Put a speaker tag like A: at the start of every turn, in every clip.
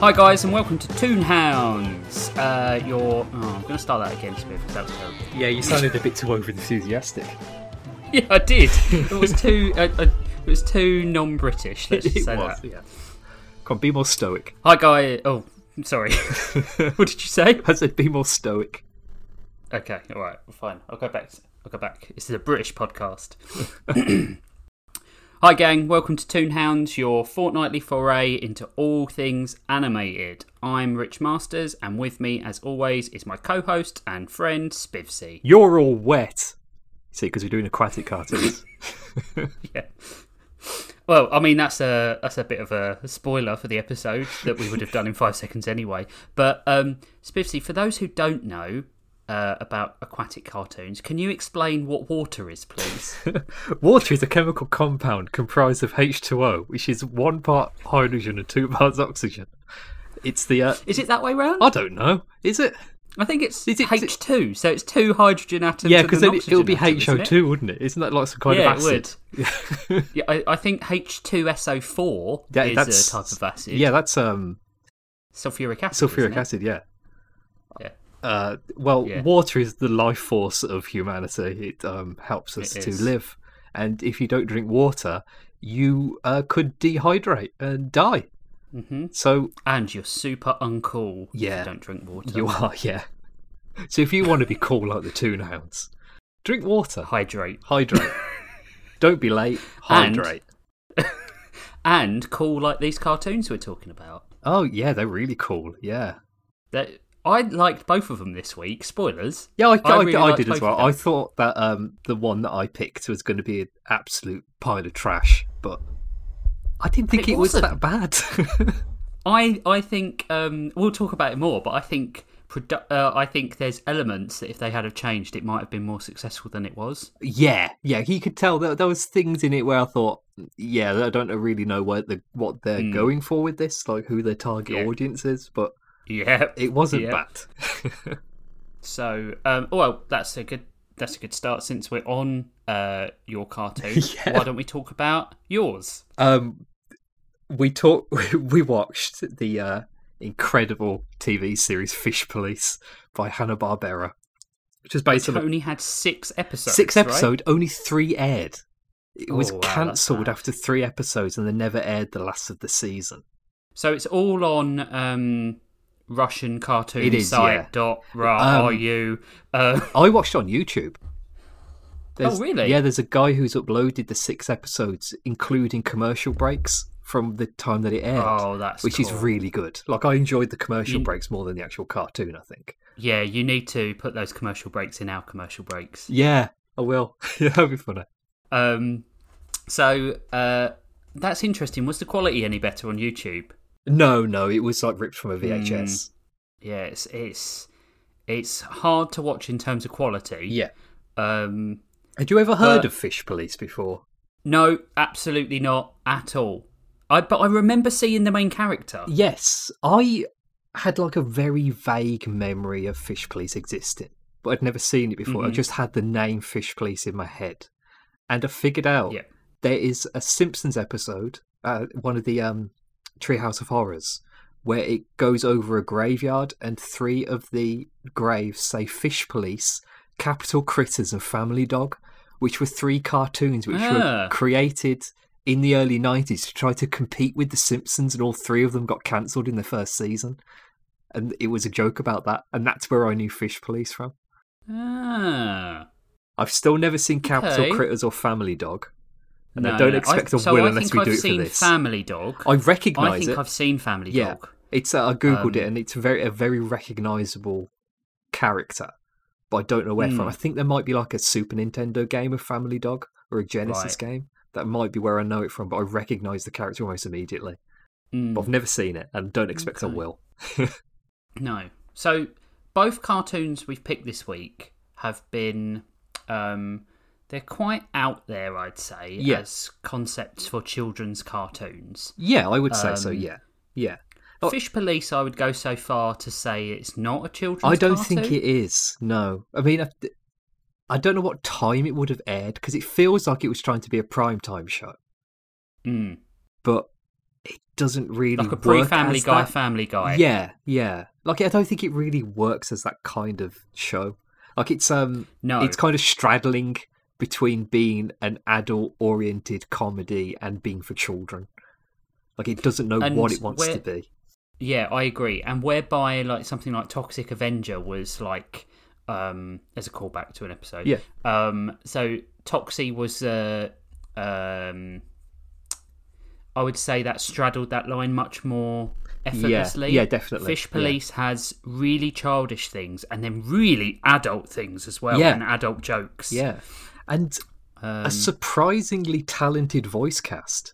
A: Hi guys and welcome to Toonhounds. Uh, your oh, I'm going to start that again, Smith, because that was terrible.
B: Yeah, you sounded a bit too over enthusiastic.
A: Yeah, I did. It was too uh, uh, it was too non-British. Let's just say that.
B: yeah. Come on, be more stoic.
A: Hi guy. Oh, I'm sorry. what did you say?
B: I said be more stoic.
A: Okay, all right, well, fine. I'll go back. I'll go back. This is a British podcast. Hi, gang. Welcome to Toonhounds, your fortnightly foray into all things animated. I'm Rich Masters, and with me, as always, is my co-host and friend Spivsy.
B: You're all wet. See, because we're doing aquatic cartoons.
A: Yeah. Well, I mean that's a that's a bit of a spoiler for the episode that we would have done in five seconds anyway. But um, Spivsy, for those who don't know uh, about aquatic cartoons, can you explain what water is, please?
B: Water is a chemical compound comprised of H2O, which is one part hydrogen and two parts oxygen. It's the. Uh,
A: is it that way round?
B: I don't know. Is it?
A: I think it's
B: Is it-
A: H two, so it's two hydrogen atoms.
B: Yeah,
A: and
B: because
A: an
B: then it, it'll be
A: oxygen atom, isn't it?
B: HO2, wouldn't it? Isn't that like some kind
A: Yeah,
B: of
A: it
B: acid?
A: would. Yeah, I, I think H two SO four
B: Yeah,
A: is
B: that's-
A: a type of acid.
B: Yeah, that's um,
A: sulfuric acid. isn't
B: sulfuric
A: it?
B: acid. Yeah.
A: Yeah.
B: Uh, well,
A: Yeah.
B: water is the life force of humanity. It um, helps us
A: It
B: to
A: is.
B: live, and if you don't drink water, you uh, could dehydrate and die.
A: Mhm.
B: So
A: And you're super uncool. if
B: Yeah.
A: you don't drink water.
B: you are, yeah. So if you want to be cool like the Toon Hounds, drink water,
A: hydrate
B: hydrate. don't be late,
A: And-
B: hydrate.
A: and cool like these cartoons we're talking about.
B: Oh yeah, they're really cool. Yeah,
A: That I liked both of them this week. Spoilers.
B: yeah, I, I,
A: really
B: I
A: liked
B: did
A: both
B: as
A: of
B: well.
A: them.
B: I thought that um, the one that I picked was going to be an absolute pile of trash, but I didn't think
A: It
B: it, was
A: wasn't.
B: that bad.
A: I I think um, we'll talk about it more, but I think produ- uh, I think there's elements that if they had have changed, it might have been more successful than it was.
B: Yeah, yeah, you could tell there, there was things in it where I thought, yeah, I don't really know what the what they're
A: Mm.
B: going for with this, like who their target
A: Yeah.
B: audience is, but
A: Yeah.
B: it wasn't
A: Yeah.
B: bad.
A: So um, well, that's a good that's a good start since we're on uh, your cartoon.
B: Yeah.
A: Why don't we talk about yours?
B: um, we talked, we watched the uh, incredible TV series Fish Police by Hanna Barbera, which is based on a
A: Tony had six episodes.
B: six
A: right?
B: episode, only three aired. It was
A: Oh, wow, that's
B: cancelled
A: bad.
B: after three episodes, and they never aired the last of the season.
A: So it's all on um, Russian cartoon
B: It is,
A: site
B: yeah.
A: dot ra
B: Um,
A: are you? Uh,
B: I watched it on YouTube. There's-
A: Oh, really?
B: Yeah, there's a guy who's uploaded the six episodes, including commercial breaks from the time that it aired,
A: oh, that's
B: which is
A: cool. Mm.
B: really good. Like I enjoyed the commercial
A: You-
B: breaks more than the actual cartoon. I think.
A: Yeah, you need to put those commercial breaks in our commercial breaks.
B: Yeah, I will. yeah, that'll be funny.
A: Um, so uh, that's interesting. Was the quality any better on YouTube?
B: No, no, it was like ripped from a
A: Mm.
B: VHS.
A: Yeah, it's it's it's hard to watch in terms of quality.
B: Yeah.
A: Um,
B: Had you ever heard
A: But-
B: of Fish Police before?
A: no, absolutely not at all. I but I remember seeing the main character.
B: Yes, I had like a very vague memory of Fish Police existing, but I'd never seen it before. I
A: Mhm.
B: just had the name Fish Police in my head, and I figured out
A: Yeah.
B: there is a Simpsons episode, uh, one of the um, Treehouse of Horrors, where it goes over a graveyard and three of the graves say Fish Police, Capital Critters, and Family Dog, which were three cartoons which
A: Ah.
B: were created in the early 90s to try to compete with The Simpsons, and all three of them got cancelled in the first season. And it was a joke about that, and that's where I knew Fish Police from.
A: Ah.
B: I've still never seen Capital
A: Okay.
B: Critters or Family Dog, and
A: No,
B: I don't
A: no.
B: expect
A: I,
B: I,
A: so
B: will
A: I
B: unless
A: think
B: we
A: I've
B: do it
A: seen
B: for this.
A: Family Dog.
B: I
A: I
B: recognise
A: think
B: it.
A: I've seen Family
B: Yeah.
A: Dog.
B: It's uh, I googled it,
A: Um,
B: and it's a very a very recognisable character, but I don't know where from.
A: Hmm.
B: I think there might be like a Super Nintendo game of Family Dog or a Genesis
A: Right.
B: game. That might be where I know it from, but I recognise the character almost immediately.
A: Mm.
B: But I've never seen it, and don't expect I
A: Okay.
B: will.
A: No. So both cartoons we've picked this week have been um they're quite out there, I'd say,
B: Yeah.
A: as concepts for children's cartoons.
B: Yeah, I would say so.
A: Um,
B: Yeah, yeah. Oh.
A: Fish Police, I would go so far to say it's not a children's.
B: I don't
A: cartoon.
B: think it is. No, I mean, I, I don't know what time it would have aired because it feels like it was trying to be a prime time show,
A: Mm.
B: but it doesn't really
A: like a pre
B: work
A: Family
B: as
A: Guy,
B: that.
A: Family Guy.
B: Yeah, yeah. Like I don't think it really works as that kind of show. Like it's um
A: no,
B: it's kind of straddling between being an adult oriented comedy and being for children. Like it doesn't know
A: And
B: what it wants
A: where-
B: to be.
A: Yeah, I agree. And whereby like something like Toxic Avenger was like um as a callback to an episode.
B: Yeah.
A: Um so Toxie was uh um I would say that straddled that line much more effortlessly.
B: yeah, definitely.
A: Fish
B: Yeah.
A: Police has really childish things and then really adult things as well
B: Yeah.
A: and adult jokes.
B: Yeah. And
A: Um,
B: a surprisingly talented voice cast.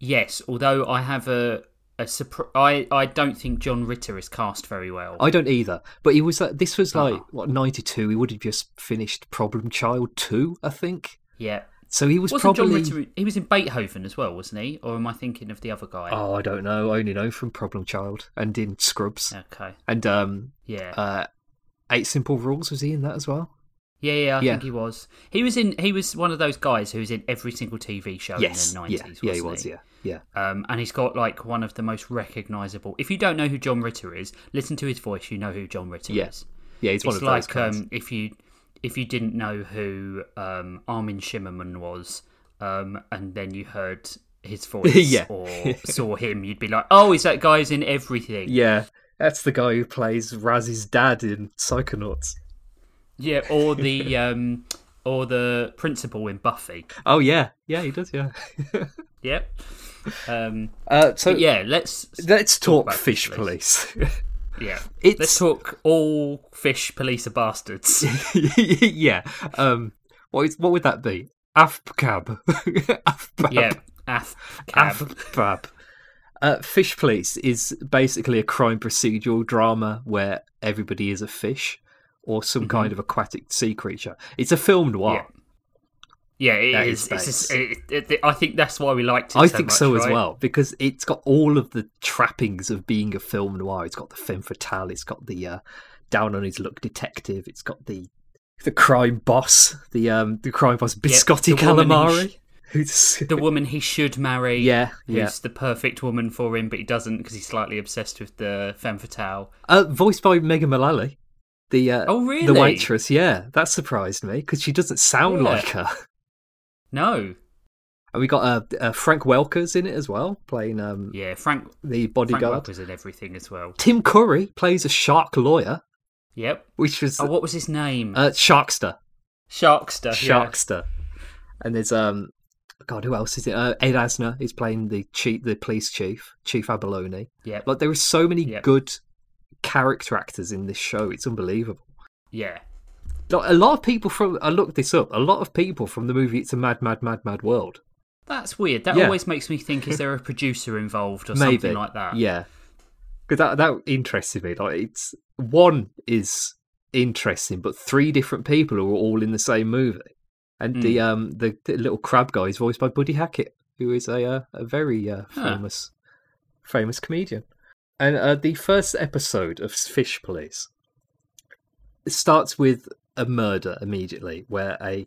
A: yes, although I have a a surpri- I I don't think John Ritter is cast very well.
B: I don't either. But he was like this was like
A: Uh-huh.
B: what ninety two. He would have just finished Problem Child two, I think.
A: yeah.
B: So he was
A: wasn't
B: probably.
A: John Ritter? He was in Beethoven as well, wasn't he? Or am I thinking of the other guy?
B: Oh, I don't know. I only know from Problem Child and in Scrubs
A: Okay.
B: and um
A: Yeah.
B: uh Eight Simple Rules. Was he in that as well?
A: yeah, yeah. I
B: yeah.
A: think he was. He was in. He was one of those guys who was in every single TV show in the nineties.
B: Oh, yeah, yeah, he was. Yeah, yeah.
A: Um, and he's got like one of the most recognisable. If you don't know who John Ritter is, listen to his voice. You know who John Ritter
B: Yeah.
A: is.
B: Yeah, he's one
A: it's
B: of those
A: like
B: guys.
A: um, if you if you didn't know who um, Armin Shimmerman was, um, and then you heard his voice
B: Yeah.
A: or saw him, you'd be like, "Oh, is that guy's in everything?"
B: yeah, that's the guy who plays Raz's dad in Psychonauts.
A: Yeah, or the um, or the principal in Buffy.
B: Oh yeah, yeah, he does. Yeah.
A: Yep. Um,
B: uh, so
A: but yeah, let's
B: let's talk,
A: about
B: fish
A: fish
B: police.
A: yeah let's
B: it's
A: talk all fish police are bastards.
B: yeah. Um, what is, what would that be? AFPCAB. AFPCAB.
A: yeah, af cab.
B: AFPCAB. Uh, fish police is basically a crime procedural drama where everybody is a fish or some kind of aquatic sea creature. It's a film noir.
A: Mm-hmm. Yeah. yeah,
B: That
A: it
B: is
A: is. It's just,
B: base.
A: it, it, it- I think that's why we liked it.
B: I
A: so
B: think
A: much,
B: so as
A: right?
B: well because it's got all of the trappings of being a film noir. It's got the femme fatale. It's got the uh, down on his luck detective. It's got the the crime boss, the um the crime boss Biscotti
A: the woman who
B: Calamari.
A: sh-
B: Who's
A: The woman he should marry.
B: yeah
A: Who's
B: yeah
A: the perfect woman for him, but he doesn't because he's slightly obsessed with the femme fatale.
B: uh, voiced by Megan Mullally, the uh,
A: Oh, really?
B: the waitress. Yeah, that surprised me because she doesn't sound
A: Yeah.
B: like her.
A: No.
B: And we got uh, uh Frank Welker's in it as well, playing um
A: Yeah, Frank.
B: the
A: Frank
B: bodyguard.
A: Welker's in everything as well.
B: Tim Curry plays a shark lawyer,
A: Yep.
B: which was
A: Oh, what was his name?
B: uh, Sharkster.
A: Sharkster. yeah.
B: Sharkster. And there's um, God, who else is it? Uh, Ed Asner is playing the chief, the police chief, Chief Abalone.
A: Yeah.
B: Like there are so many
A: Yep.
B: good character actors in this show. It's unbelievable.
A: Yeah.
B: Like, a lot of people from I looked this up. A lot of people from the movie It's a Mad, Mad, Mad, Mad World.
A: That's weird. That
B: Yeah.
A: always makes me think is there a producer involved or
B: Maybe
A: something like that?
B: Yeah, because that that interested me. Like it's one is interesting, but three different people who are all in the same movie. And
A: Hmm.
B: the um the, the little crab guy is voiced by Buddy Hackett, who is a uh, a very uh,
A: Huh.
B: famous famous comedian. And uh, the first episode of Fish Police it starts with a murder immediately, where a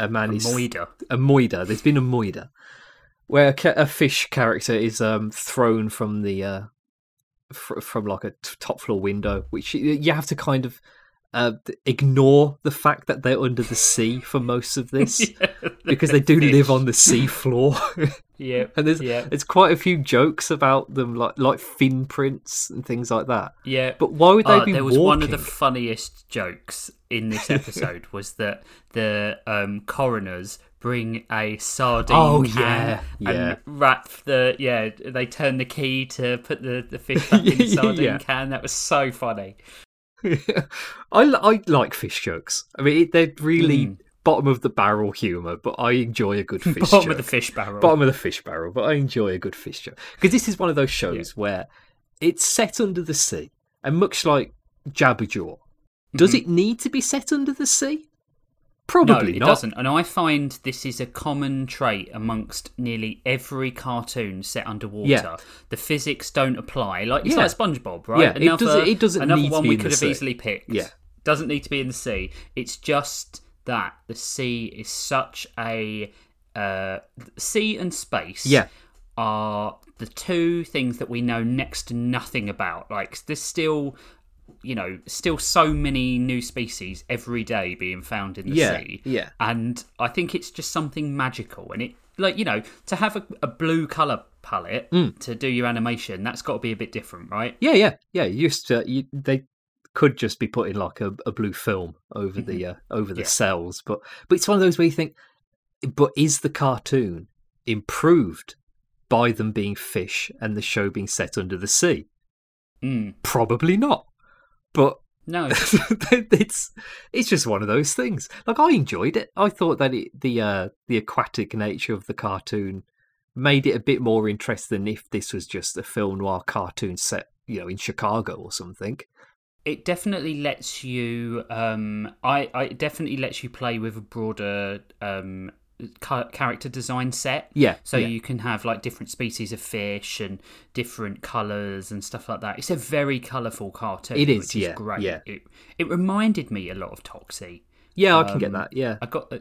B: a man
A: A
B: is
A: Moida.
B: a moida. There's been a moida, where a, ca- a fish character is um, thrown from the uh, fr- from like a t- top floor window, which y- you have to kind of uh, ignore the fact that they're under the sea for most of this because they do live on the sea floor.
A: Yeah.
B: and there's
A: yeah.
B: there's quite a few jokes about them, like like fin prints and things like that.
A: Yeah.
B: But why would they
A: Uh,
B: be
A: there was one of the
B: walking?
A: funniest jokes in this episode was that the um, coroners bring a sardine
B: Oh,
A: can
B: yeah, yeah.
A: and wrap the yeah they turn the key to put the, the fish back in the sardine
B: Yeah.
A: can that was so funny
B: I, li- I like fish jokes. I mean, it, they're really
A: Hmm.
B: bottom of the barrel humor, but I enjoy a good fish
A: bottom
B: joke.
A: of the fish barrel
B: bottom of the fish barrel, but I enjoy a good fish joke because this is one of those shows where it's set under the sea, and much like Jabberjaw, does
A: Mm-hmm.
B: it need to be set under the sea? Probably
A: no, it
B: not.
A: doesn't. And I find this is a common trait amongst nearly every cartoon set underwater.
B: Yeah.
A: The physics don't apply. Like it's
B: Yeah.
A: like SpongeBob, right?
B: Yeah, it doesn't- it doesn't
A: Another
B: need to
A: one
B: be
A: we
B: in the
A: could have
B: sea.
A: easily picked.
B: Yeah.
A: doesn't need to be in the sea. It's just that the sea is such a uh, sea and space.
B: Yeah.
A: are the two things that we know next to nothing about. Like there's still, you know, still so many new species every day being found in the
B: yeah,
A: sea.
B: yeah,
A: And I think it's just something magical. And it, like, you know, to have a, a blue colour palette
B: Hmm.
A: to do your animation, that's got to be a bit different, right?
B: yeah, yeah, yeah. You used to you, they could just be putting like a, a blue film over the uh, over the
A: Yeah.
B: cells, but but it's one of those where you think, but is the cartoon improved by them being fish and the show being set under the sea?
A: Mm.
B: Probably not. But
A: No.
B: it's it's just one of those things. Like I enjoyed it. I thought that it, the uh, the aquatic nature of the cartoon made it a bit more interesting than if this was just a film noir cartoon set, you know, in Chicago or something.
A: it definitely lets you um i i it definitely lets you play with a broader um ca- character design set
B: Yeah.
A: so
B: yeah.
A: you can have like different species of fish and different colors and stuff like that it's a very colorful cartoon
B: It is,
A: which
B: yeah,
A: great
B: yeah.
A: it, it reminded me a lot of toxie
B: yeah, I can get
A: um,
B: that. Yeah.
A: I got the,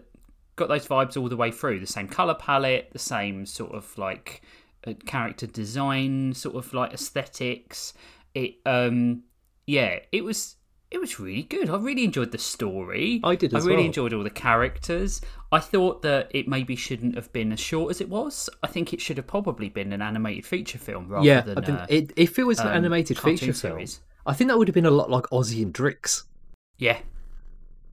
A: got those vibes all the way through. The same color palette, the same sort of like uh, character design, sort of like aesthetics. It um yeah, it was it was really good. I really enjoyed the story.
B: I did
A: I
B: as
A: really
B: well.
A: enjoyed all the characters. I thought that it maybe shouldn't have been as short as it was. I think it should have probably been an animated feature film rather
B: Yeah.
A: than
B: I think
A: a
B: it, if it was an
A: um,
B: animated
A: cartoon
B: feature film,
A: series.
B: I think that would have been a lot like Ozzy and Drix.
A: yeah.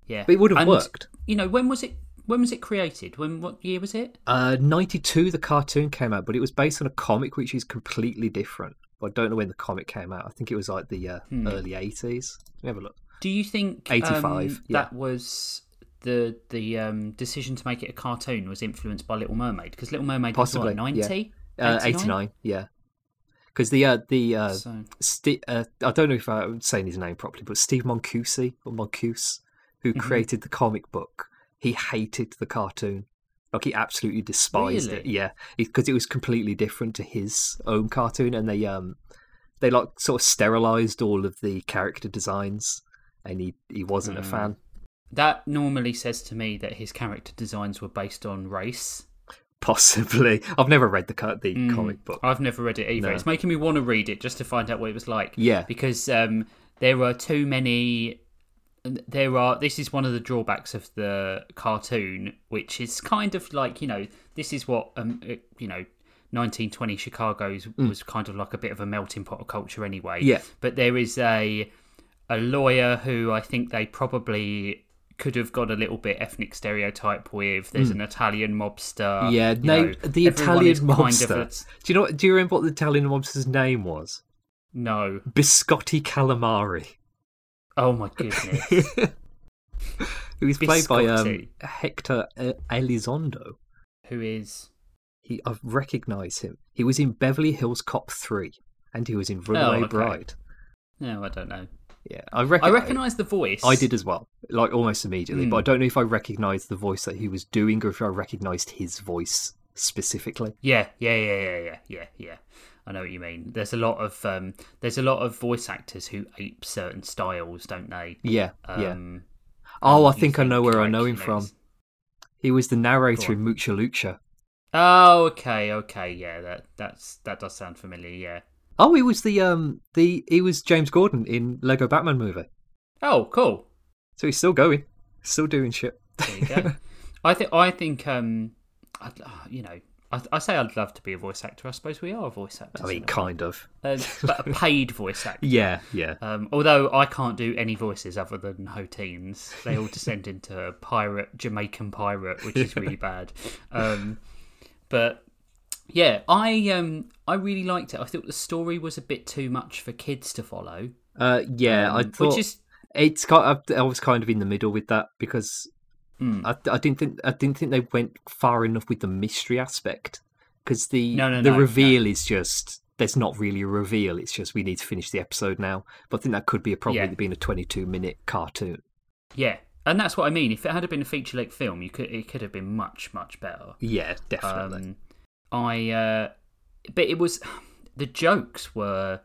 A: Yeah.
B: But it would have
A: And,
B: worked.
A: You know, when was it when was it created? When what year was it?
B: Uh, 92, the cartoon came out, but it was based on a comic which is completely different. I don't know when the comic came out. I think it was like the uh, early 80s. Let me have a look.
A: Do you think
B: 85,
A: um,
B: yeah.
A: that was the the um, decision to make it a cartoon was influenced by Little Mermaid? Because Little Mermaid
B: Possibly,
A: was what, 90?
B: Uh,
A: 89?
B: 89, yeah. Because the, uh, the uh,
A: So,
B: Sti uh, I don't know if I'm saying his name properly, but Steve Moncusi or Moncuse, who created the comic book, he hated the cartoon. Like he absolutely despised it.
A: Really?
B: Yeah, because it was completely different to his own cartoon, and they um they like sort of sterilized all of the character designs, and he he wasn't a fan.
A: that normally says to me that his character designs were based on race.
B: Possibly, I've never read the co- the comic book.
A: I've never read it either.
B: No.
A: It's making me want to read it just to find out what it was like.
B: Yeah.
A: Because um, there are too many. There are. This is one of the drawbacks of the cartoon, which is kind of like you know, this is what um, it- you know. 1920 Chicago's was kind of like a bit of a melting pot of culture anyway.
B: Mm. Yeah.
A: But there is a a lawyer who I think they probably could have got a little bit ethnic stereotype with. There's an Italian mobster.
B: Mm. Yeah,
A: you
B: no,
A: know,
B: the
A: everyone
B: Italian
A: is kind of
B: mobster.
A: a-
B: do you know? what- Do you remember what the Italian mobster's name was?
A: No.
B: Biscotti Calamari.
A: Oh my goodness.
B: He was played by um,
A: Biscotti.
B: Hector uh, Elizondo.
A: Who is?
B: He, I recognise him. He was in Beverly Hills Cop 3 and he was in Runaway
A: Oh, okay.
B: Bride.
A: No, I don't know.
B: Yeah, I, rec-
A: I recognise the voice.
B: I did as well, like almost immediately,
A: Hmm.
B: but I don't know if I recognised the voice that he was doing or if I recognised his voice specifically.
A: Yeah, yeah, yeah, yeah, yeah, yeah, yeah. I know what you mean. There's a lot of um, there's a lot of voice actors who ape certain styles, don't they?
B: Yeah, yeah.
A: Um,
B: Oh, I
A: you
B: think I know where I
A: like,
B: know
A: you
B: him from.
A: it's-
B: He was the narrator
A: Go
B: in Mucha Lucha.
A: Oh, okay, okay, yeah. That that's that does sound familiar. Yeah.
B: Oh, he was the um the he was James Gordon in Lego Batman movie.
A: Oh, cool.
B: So he's still going, still doing shit.
A: There you go. I think I think um, I, you know, I, I say I'd love to be a voice actor. I suppose we are voice actors.
B: I mean,
A: in a
B: kind of.
A: Uh, but a paid voice actor.
B: Yeah, yeah.
A: Um, although I can't do any voices other than Hoteens, they all descend into a pirate, Jamaican pirate, which is really bad. Um, but yeah, I um, I really liked it. I thought the story was a bit too much for kids to follow.
B: Uh, yeah, I
A: um,
B: thought
A: which is
B: it's kind. I, I was kind of in the middle with that because
A: Hmm.
B: I, I didn't think I didn't think they went far enough with the mystery aspect because the
A: No, no,
B: the
A: no,
B: reveal is just there's not really a reveal. It's just we need to finish the episode now. But I think that could be a problem
A: Yeah.
B: with it being a 22 minute cartoon.
A: yeah, and that's what I mean. If it had been a feature length film, you could it could have been much much better.
B: Yeah, definitely.
A: Um, I, uh, but it was the jokes were.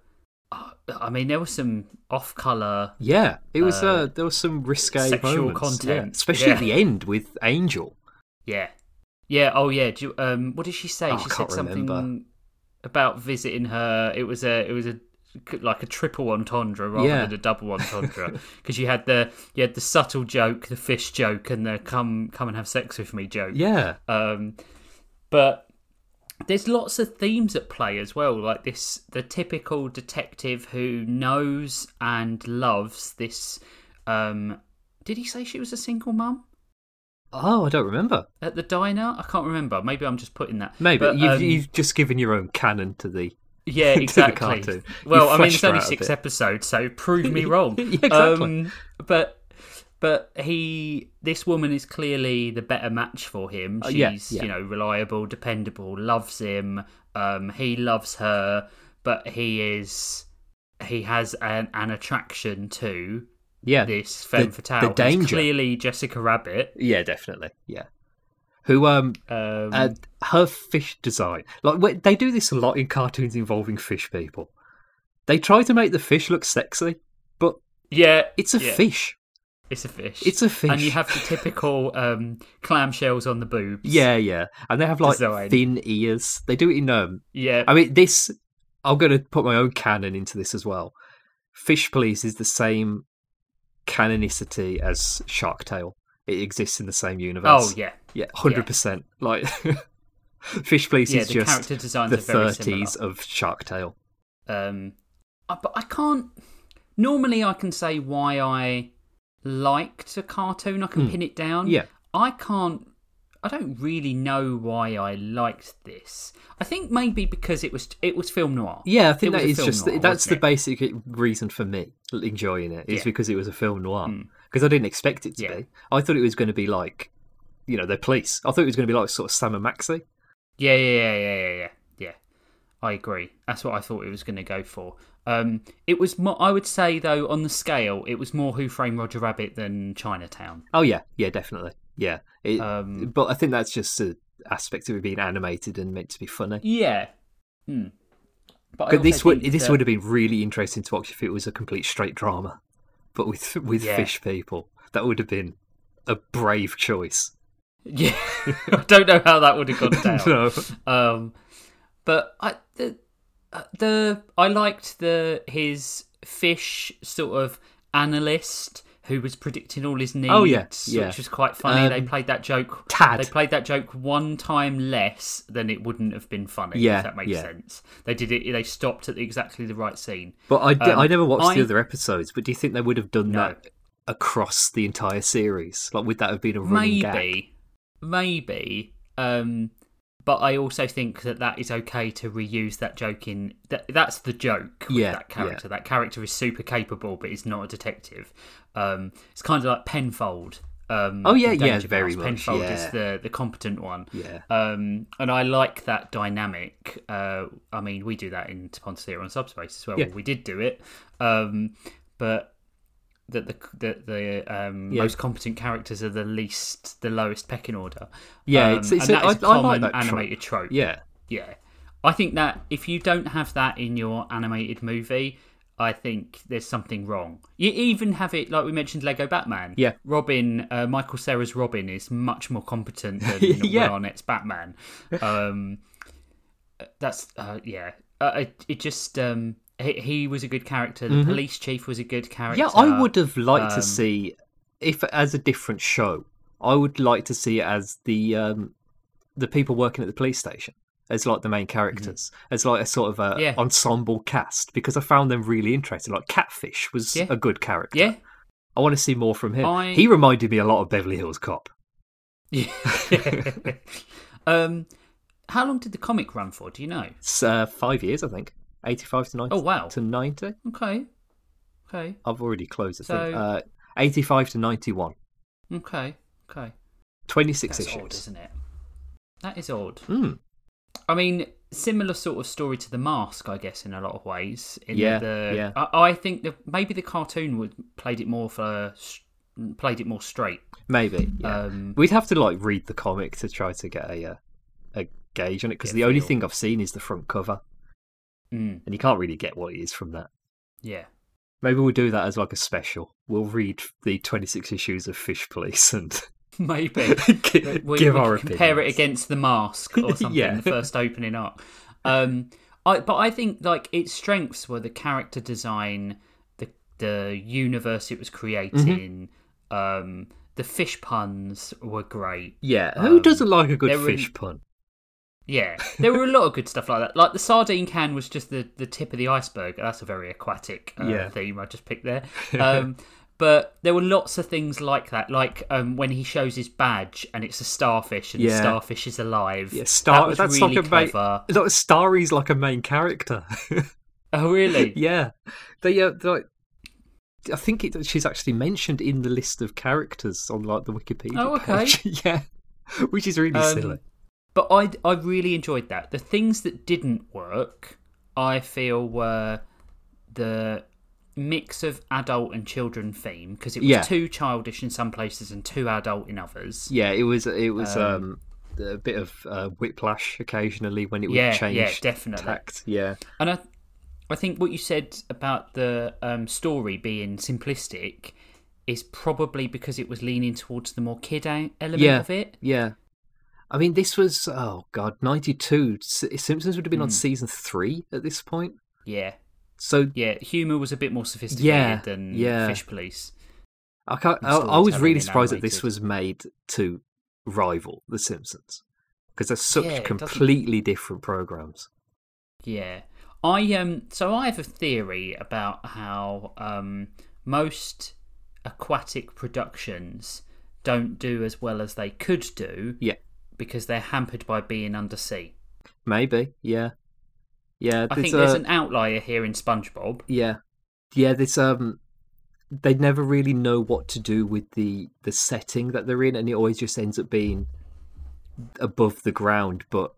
A: Uh, I mean, there were some off color.
B: yeah, it was. Uh,
A: uh,
B: there was some risque
A: sexual
B: moments, yeah,
A: content,
B: especially at the
A: yeah.
B: end with Angel.
A: Yeah. Yeah. Oh, yeah. Do you, um, what did she say?
B: Oh, I
A: she
B: can't
A: said something.
B: remember.
A: about visiting her. It was a it was a like a triple entendre rather
B: Yeah.
A: than a double entendre because you had the you had the subtle joke, the fish joke, and the come come and have sex with me joke.
B: Yeah.
A: Um, but there's lots of themes at play as well, like this the typical detective who knows and loves this. Um, did he say she was a single mum
B: Oh, I don't remember.
A: at the diner? I can't remember. Maybe I'm just putting that.
B: Maybe
A: But,
B: you've,
A: um,
B: you've just given your own canon to the.
A: yeah,
B: to the
A: exactly.
B: cartoon.
A: Well,
B: You
A: I mean,
B: fleshed
A: it's
B: her
A: only
B: out a
A: six
B: bit.
A: episodes, so prove me wrong.
B: Yeah, exactly.
A: Um, but but he, this woman is clearly the better match for him.
B: Oh,
A: She's
B: yeah, yeah.
A: you know reliable, dependable, loves him. Um, he loves her, but he is he has an, an attraction to
B: Yeah.
A: this femme
B: Uh, The-
A: fatale.
B: the
A: who's
B: danger.
A: clearly Jessica Rabbit.
B: Yeah, definitely. Yeah. Who um
A: Um,
B: uh, her fish design like wait, they do this a lot in cartoons involving fish people. They try to make the fish look sexy, but
A: yeah,
B: it's a
A: yeah,
B: fish.
A: It's a fish.
B: It's a fish.
A: and you have the typical um, clamshells on the boobs.
B: yeah, yeah, and they have like
A: Design.
B: thin ears. They do it in um.
A: yeah.
B: I mean, this I'm going to put my own canon into this as well. Fish Police is the same canonicity as Shark Tale. It exists in the same universe.
A: Oh yeah,
B: Yeah, hundred percent. Like Fish Police
A: yeah.
B: is
A: The
B: just
A: character designs
B: the
A: are very
B: thirties of Shark Tale.
A: similar. Um, I, but I can't. Normally, I can say why I liked a cartoon. I can pin it down.
B: Hmm. Yeah.
A: I can't. I don't really know why I liked this. I think maybe because it was it was film noir.
B: Yeah, I
A: It
B: think
A: was
B: that
A: a
B: is
A: film
B: just
A: noir,
B: that's
A: wasn't
B: the
A: it?
B: basic reason for me enjoying it is
A: Yeah.
B: because it was a film noir. Because I didn't expect it to
A: Yeah.
B: be. I thought it was going to be like, you know, the police. I thought it was going to be like sort of Sam and Maxie.
A: Yeah, yeah, yeah, yeah, yeah, yeah. yeah. I agree. That's what I thought it was going to go for. Um, it was more. I would say though, on the scale, it was more Who Framed Roger Rabbit than Chinatown.
B: Oh yeah, yeah, definitely, yeah. It,
A: Um,
B: but I think that's just an aspect of it being animated and meant to be funny.
A: Yeah. Hmm. I
B: But this
A: also
B: would
A: think
B: this
A: that-
B: would have been really interesting to watch if it was a complete straight drama, but with with
A: Yeah.
B: fish people, that would have been a brave choice.
A: Yeah, I don't know how that would have gone down.
B: no,
A: Um, but I the uh, the I liked the his fish sort of analyst who was predicting all his needs.
B: Oh, yeah, yeah.
A: which was quite funny. they
B: Um,
A: played that joke.
B: Tad.
A: They played that joke one time less than it wouldn't have been funny.
B: Yeah,
A: if that makes
B: yeah.
A: sense. They did it. They stopped at exactly the right scene.
B: but I di-
A: Um,
B: I never watched the
A: I-
B: other episodes. But do you think they would have done
A: No.
B: that across the entire series? Like, would that have been a running gag?
A: maybe maybe um but i also think that that is okay to reuse that joke in that that's the joke with
B: Yeah,
A: that character that character is super capable but is not a detective um it's kind of like penfold um
B: Oh, yeah,
A: in
B: yeah,
A: Danger Mouse.
B: very much,
A: penfold is
B: yeah.
A: the the competent one
B: Yeah.
A: um and i like that dynamic uh i mean we do that in Ponceira on subspace as well
B: Yeah.
A: we did do it um but that the the, the um,
B: Yeah.
A: most competent characters are the least the lowest pecking order.
B: Yeah,
A: Um,
B: it's, it's
A: and that
B: I,
A: is a
B: I
A: common
B: like that trope.
A: animated trope.
B: Yeah,
A: yeah. I think that if you don't have that in your animated movie, I think there's something wrong. You even have it like we mentioned Lego Batman.
B: Yeah.
A: Robin, uh, Michael Sarah's Robin is much more competent than
B: Yeah.
A: Will Arnett's Batman. Um, that's uh, yeah. Uh, it, it just um, he, he was a good character. The police chief was a good character.
B: Mm-hmm. yeah. I would have liked
A: um,
B: to see if as a different show. I would like to see it as the um, the people working at the police station as like the main characters, as like a sort of a
A: Mm-hmm. Yeah.
B: ensemble cast because I found them really interesting. Like Catfish was
A: Yeah.
B: a good character.
A: Yeah,
B: I want to see more from him.
A: I-
B: He reminded me a lot of Beverly Hills Cop.
A: Yeah. um, how long did the comic run for? Do you know?
B: It's uh, five years, I think, eighty-five to ninety.
A: Oh, wow.
B: to ninety.
A: Okay, okay,
B: I've already closed. I
A: So-
B: think uh, eighty-five to ninety-one.
A: okay, okay.
B: Twenty-six
A: That's odd,
B: issues.
A: isn't it? That is odd.
B: Hmm.
A: I mean, similar sort of story to the Mask, I guess, in a lot of ways. In
B: Yeah,
A: The,
B: yeah.
A: I, I think that maybe the cartoon would played it more for s- played it more straight.
B: Maybe. Yeah.
A: Um,
B: We'd have to like read the comic to try to get a uh, a gauge on it because
A: Get a
B: the only
A: feel.
B: thing I've seen is the front cover,
A: mm,
B: and you can't really get what it is from that.
A: yeah.
B: Maybe we'll do that as like a special. We'll read the 26 issues of Fish Police and
A: Maybe.
B: gi-
A: we,
B: give
A: we
B: our
A: could compare it
B: opinions.
A: against the mask or something
B: Yeah.
A: in the first opening arc um I but I think like its strengths were the character design, the the universe it was
B: Mm-hmm.
A: creating, um, the fish puns were great.
B: Yeah, who
A: Um,
B: doesn't like a good
A: there were-
B: fish pun?
A: Yeah, there were a lot of good stuff like that. Like the sardine can was just the, the tip of the iceberg. That's a very aquatic uh,
B: Yeah.
A: theme I just picked there. Um, but there were lots of things like that, like um, when he shows his badge and it's a starfish and the
B: Yeah.
A: starfish is alive.
B: Yeah, Star.
A: that was
B: that's
A: really
B: like a
A: clever.
B: main. Like, Starry's like a main character.
A: Oh, really?
B: yeah, they. Uh, like, I think it, she's actually mentioned in the list of characters on like the Wikipedia.
A: Oh, okay.
B: page. yeah, which is really
A: Um,
B: silly.
A: But I I really enjoyed that. The things that didn't work, I feel were the mix of adult and children theme because it was
B: Yeah.
A: too childish in some places and too adult in others.
B: Yeah, it was. It was um,
A: um,
B: a bit of uh, whiplash occasionally when it would
A: Yeah,
B: change.
A: yeah, definitely.
B: Tact. Yeah.
A: And I I think what you said about the um, story being simplistic is probably because it was leaning towards the more kid a- element
B: Yeah.
A: of it.
B: Yeah. I mean, this was, oh God, 92. S- Simpsons would have
A: Hmm.
B: been on season three at this point.
A: Yeah,
B: So
A: yeah. Humor was a bit more sophisticated
B: Yeah,
A: than
B: yeah.
A: Fish Police.
B: I, can't,
A: And
B: I, I was
A: storytelling
B: really
A: and
B: surprised that this
A: animated.
B: was made to rival The Simpsons because they're such
A: Yeah, it doesn't-
B: completely different programs.
A: Yeah. I um so I have a theory about how um most aquatic productions don't do as well as they could do
B: Yeah.
A: because they're hampered by being undersea.
B: Maybe. Yeah. Yeah.
A: I think
B: uh,
A: there's an outlier here in SpongeBob.
B: Yeah, yeah. This um, they never really know what to do with the the setting that they're in, and it always just ends up being above the ground. But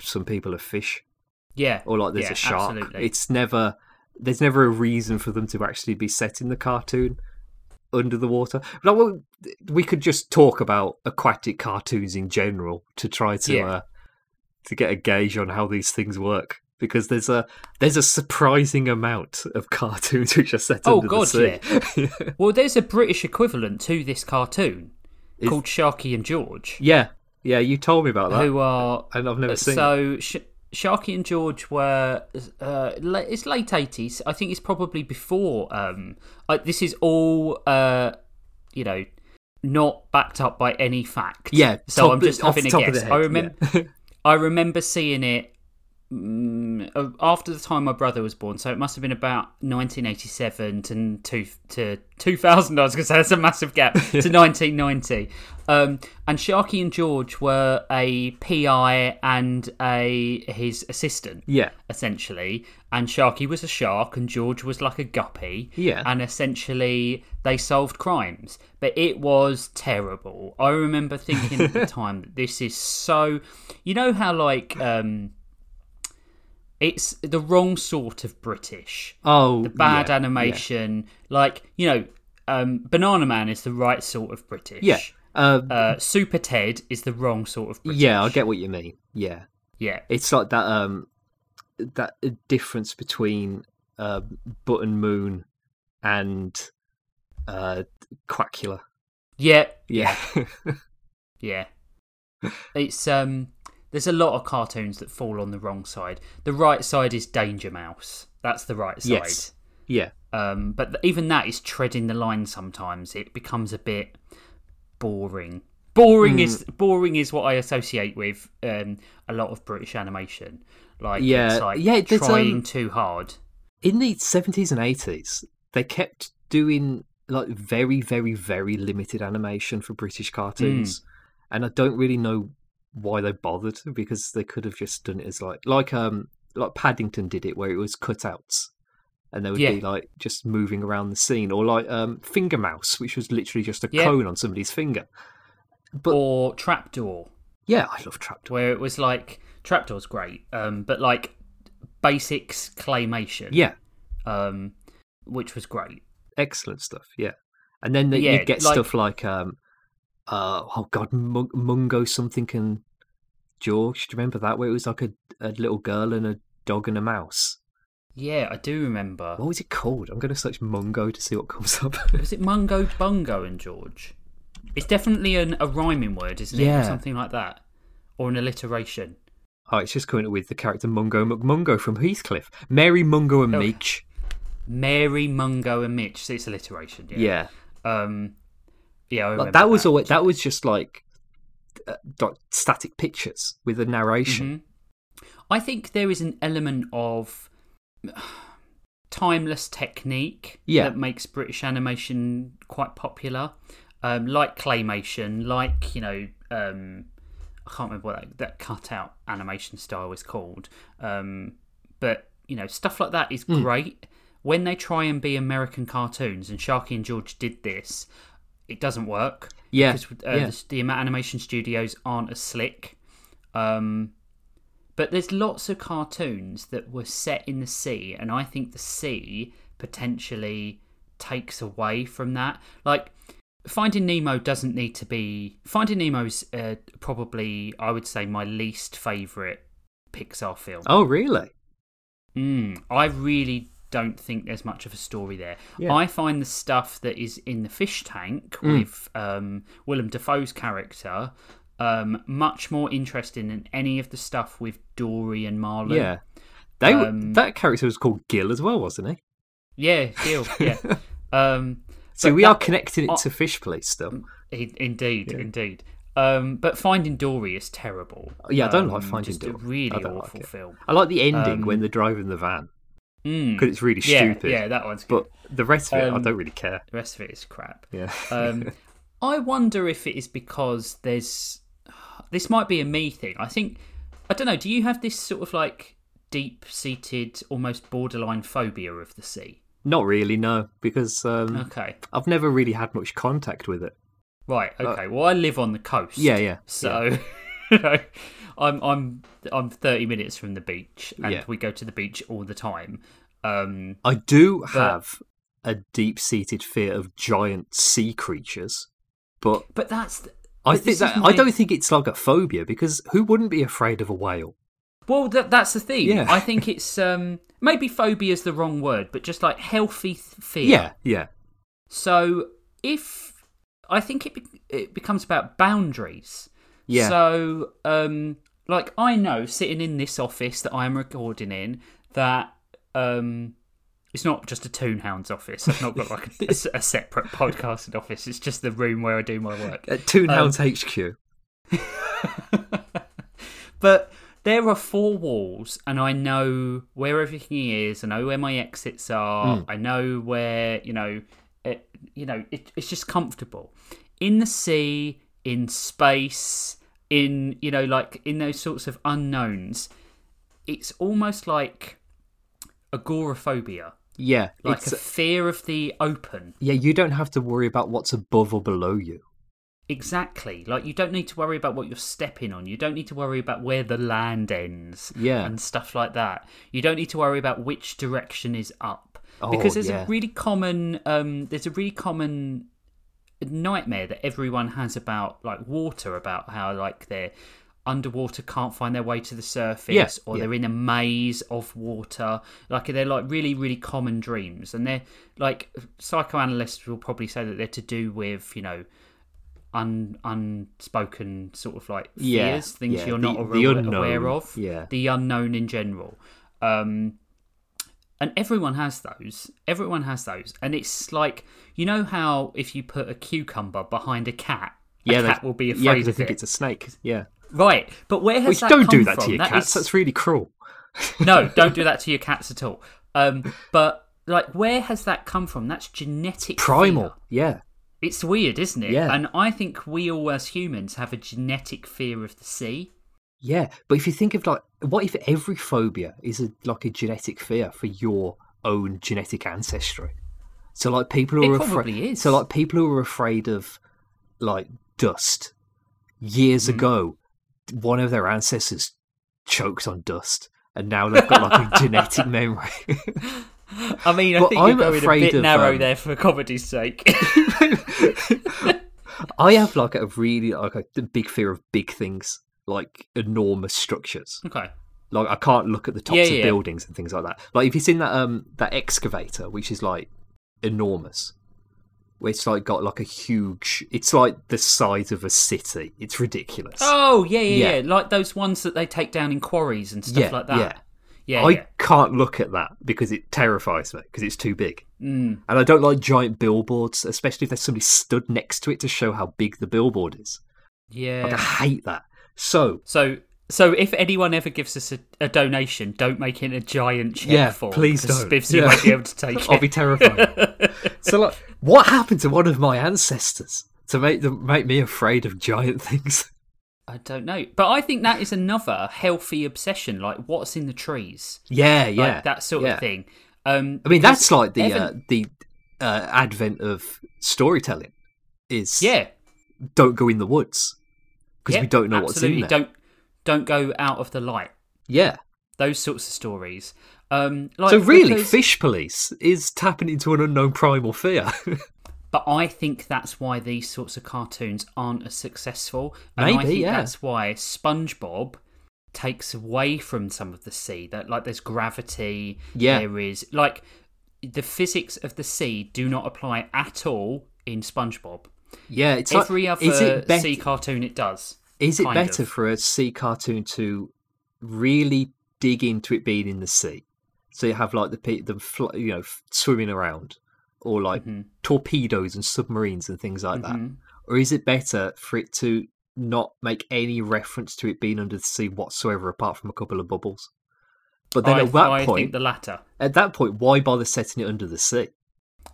B: some people are fish,
A: Yeah.
B: or like there's
A: yeah,
B: a shark.
A: Absolutely.
B: It's never there's never a reason for them to actually be set in the cartoon under the water. Like, well, we could just talk about aquatic cartoons in general to try to
A: Yeah.
B: uh, to get a gauge on how these things work. Because there's a there's a surprising amount of cartoons which are set
A: Oh,
B: under
A: God,
B: the sea. Yeah.
A: Well, there's a British equivalent to this cartoon
B: Is-
A: called Sharky and George,
B: yeah, you told me about that,
A: who are
B: and I've never seen. it.
A: So Sh- Sharky and George were uh, la- it's late eighties. I think it's probably before. Um, I, this is all uh, you know, not backed up by any fact.
B: Yeah,
A: So
B: top-
A: I'm just
B: off
A: having
B: the
A: a
B: top of the
A: guess.
B: head,
A: I remember.
B: yeah.
A: I remember seeing it. mm, uh, After the time my brother was born, so it must have been about 1987 to two, to 2000. I was going to say that's a massive gap to 1990. Um, and Sharky and George were a PI and a his assistant
B: yeah,
A: essentially. And Sharky was a shark, and George was like a guppy.
B: Yeah.
A: And essentially, they solved crimes, but it was terrible. I remember thinking at the time that this is so. You know how like um, it's the wrong sort of British
B: oh,
A: the bad
B: yeah,
A: animation, like you know. Um, Banana Man is the right sort of British.
B: Yeah, yeah. Uh,
A: Uh, Super Ted is the wrong sort of British.
B: yeah, I get what you mean. Yeah,
A: Yeah.
B: it's like that um that uh, difference between uh, button moon and uh quackula
A: Yeah.
B: yeah
A: Yeah. It's um there's a lot of cartoons that fall on the wrong side. The right side is Danger Mouse. That's the right side.
B: Yes. yeah
A: Um but th- even that is treading the line sometimes. It becomes a bit boring. Boring
B: Hmm.
A: is boring is what I associate with um a lot of British animation. Like
B: Yeah,
A: it's like
B: yeah, there's,
A: trying
B: um,
A: too hard.
B: in the 70s and 80s they kept doing like very very very limited animation for british
A: Mm.
B: cartoons and i don't really know why they bothered because they could have just done it as like like um like paddington did it where it was cutouts and there would
A: Yeah.
B: be like just moving around the scene or like um finger mouse which was literally just a
A: Yeah.
B: cone on somebody's finger but-
A: or Trapdoor.
B: yeah i love trapdoor
A: where it was like Trapdoor's great, um, but like basics claymation,
B: yeah
A: um, which was great.
B: excellent stuff. Yeah, and then the,
A: Yeah,
B: you get
A: like-
B: stuff like um, uh, oh god, Mun- Mungo something and George. Do you remember that? Where it was like a, a little girl and a dog and a mouse.
A: Yeah, I do remember.
B: What was it called? I'm going to search Mungo to see what comes up.
A: Was it Mungo Bungo and George? It's definitely an, a rhyming word, isn't it?
B: Yeah.
A: Or something like that, or an alliteration.
B: Oh, it's just coming with the character Mungo McMungo from Heathcliff. Mary Mungo and
A: Oh.
B: Meech.
A: Mary, Mungo, and Mitch. So it's alliteration. Yeah.
B: Yeah.
A: Yeah. Um, yeah I remember
B: Like, that was always, that was just like, uh, like static pictures with a narration.
A: Mhm. I think there is an element of timeless technique
B: Yeah.
A: that makes British animation quite popular, um, like claymation, like you know, um, I can't remember what that, that cutout animation style is called, um, but you know, stuff like that is great. When they try and be American cartoons, and Sharky and George did this, it doesn't work
B: Yeah.
A: because uh,
B: yeah.
A: the, the animation studios aren't as slick. Um, but there's lots of cartoons that were set in the sea, and I think the sea potentially takes away from that. Like Finding Nemo doesn't need to be. Finding Nemo's uh, probably, I would say, my least favorite Pixar film.
B: Oh, really?
A: Mm, I really don't think there's much of a story there.
B: Yeah.
A: I find the stuff that is in the fish tank
B: Mm.
A: with um, Willem Dafoe's character um, much more interesting than any of the stuff with Dory and Marlon.
B: Yeah. They were-
A: Um,
B: that character was called Gil as well, wasn't he?
A: yeah, deal, yeah. um,
B: So
A: but
B: we
A: that-
B: are connecting it
A: I- Mm.
B: to Fish Police stuff.
A: in- indeed, indeed. Um, but Finding Dory is terrible.
B: Yeah, I don't like
A: Um,
B: Finding
A: just
B: Dory.
A: A really
B: I don't like
A: awful
B: it.
A: film.
B: I like the ending
A: Um,
B: when they're driving the van
A: Mm.
B: because it's really
A: Yeah,
B: stupid.
A: yeah, that one's good.
B: But the rest of it, I
A: Um,
B: don't really care.
A: the rest of it is crap.
B: Yeah.
A: Um, I wonder if it is because there's. This might be a me thing. I think. I don't know. Do you have this sort of like deep seated, almost borderline phobia of the sea?
B: Not really, no, because um,
A: Okay.
B: I've never really had much contact with it.
A: Right. Okay. well, I live on the coast.
B: Uh, Yeah, yeah.
A: So. you know, I'm I'm I'm 30 minutes from the beach, and
B: Yeah.
A: we go to the beach all the time. Um,
B: I do have a deep seated fear of giant sea creatures, but
A: but that's But
B: I
A: this
B: think
A: is
B: that
A: my-
B: I don't think it's like a phobia because who wouldn't be afraid of a whale?
A: Well, that, that's the thing.
B: Yeah.
A: I think it's um, maybe phobia is the wrong word, but just like healthy th- fear.
B: Yeah, yeah,
A: So if I think it be- it becomes about boundaries.
B: yeah.
A: So um, like I know sitting in this office that I am recording in that um, it's not just a Toonhounds office. I've not got like a, a separate podcasting office. It's just the room where I do my work.
B: At Toonhounds HQ.
A: but there are four walls, and I know where everything is. I know where my exits are. I know where you know, it, you know, it, it's just comfortable in the sea, in space, in you know, like in those sorts of unknowns. It's almost like agoraphobia,
B: Yeah,
A: like
B: it's-
A: a fear of the open.
B: yeah. You don't have to worry about what's above or below you.
A: Exactly. Like you don't need to worry about what you're stepping on. You don't need to worry about where the land ends
B: Yeah.
A: and stuff like that. You don't need to worry about which direction is up
B: Oh,
A: because there's
B: yeah.
A: a really common um there's a really common nightmare that everyone has about like water about how like they're underwater can't find their way to the surface
B: Yeah,
A: or
B: yeah.
A: they're in a maze of water like they're like really really common dreams and they're like psychoanalysts will probably say that they're to do with you know un unspoken sort of like fears
B: Yeah,
A: things
B: yeah,
A: you're
B: the-
A: not awa-
B: the
A: aware,
B: unknown,
A: of
B: yeah.
A: the unknown in general um and everyone has those everyone has those and it's like you know how if you put a cucumber behind a cat a
B: yeah,
A: cat
B: they-
A: will be
B: Yeah,
A: afraid
B: 'cause
A: of
B: I think
A: it.
B: it's a snake. Yeah,
A: right but where has
B: which
A: that
B: don't
A: come
B: do that to
A: from?
B: your
A: That
B: cats.
A: is-
B: That's really cruel.
A: no, don't do that to your cats at all. Um, but like, where has that come from? That's genetic.
B: Primal.
A: fear.
B: Yeah,
A: It's weird, isn't it?
B: Yeah.
A: And I think we all, as humans, have a genetic fear of the sea.
B: yeah. But if you think of like, what if every phobia is a, like a genetic fear for your own genetic ancestry? So like people who
A: It
B: are
A: probably
B: afraid.
A: is.
B: So like people who are afraid of like dust. Years
A: Mm.
B: ago, one of their ancestors choked on dust, and now they've got like a genetic memory.
A: I mean, I
B: But
A: think you're
B: I'm
A: going a
B: afraid
A: bit
B: of,
A: narrow
B: um,
A: there for comedy's sake.
B: I have like a really like a big fear of big things, like enormous structures.
A: okay.
B: Like I can't look at the tops
A: Yeah,
B: of
A: yeah.
B: buildings and things like that. Like if you've seen that um that excavator, which is like enormous, It's like got like a huge. It's like the size of a city. It's ridiculous.
A: Oh yeah, yeah,
B: Yeah.
A: yeah, like those ones that they take down in quarries and stuff
B: Yeah,
A: like that. Yeah, yeah,
B: I can't look at that because it terrifies me because it's too big. Mm. And I don't like giant billboards, especially if there's somebody stood next to it to show how big the billboard is.
A: yeah.
B: Like, I hate that. So,
A: So, so if anyone ever gives us a, a donation, don't make it a giant check
B: Yeah,
A: form.
B: please
A: 'cause
B: don't.
A: Spivsy
B: Yeah.
A: won't be able to take it.
B: I'll be terrified. so, like, what happened to one of my ancestors to make them make me afraid of giant things?
A: I don't know, but I think that is another healthy obsession, like what's in the trees,
B: yeah, yeah,
A: like that sort
B: yeah.
A: of thing. Um,
B: I mean, that's like the
A: Evan-
B: uh, the uh, advent of storytelling. Is
A: yeah,
B: don't go in the woods because
A: yeah,
B: we don't know
A: absolutely.
B: what's in there.
A: Don't don't go out of the light.
B: Yeah.
A: Those sorts of stories. Um, like,
B: so really,
A: because-
B: fish police is tapping into an unknown primal fear.
A: But I think that's why these sorts of cartoons aren't as successful. And I
B: Maybe,
A: think
B: yeah.
A: that's why SpongeBob takes away from some of the sea. That like there's gravity,
B: Yeah.
A: there is like the physics of the sea do not apply at all in SpongeBob.
B: yeah, it's
A: Every
B: like,
A: other
B: is it bet-
A: sea cartoon it does.
B: is it
A: kind of.
B: better for a sea cartoon to really dig into it being in the sea? So you have like the pe- them fl- you know f- swimming around, or like
A: Mm-hmm.
B: torpedoes and submarines and things like that. Or is it better for it to not make any reference to it being under the sea whatsoever, apart from a couple of bubbles? But then
A: I,
B: at that
A: I
B: point,
A: think the latter.
B: at that point, why bother setting it under the sea?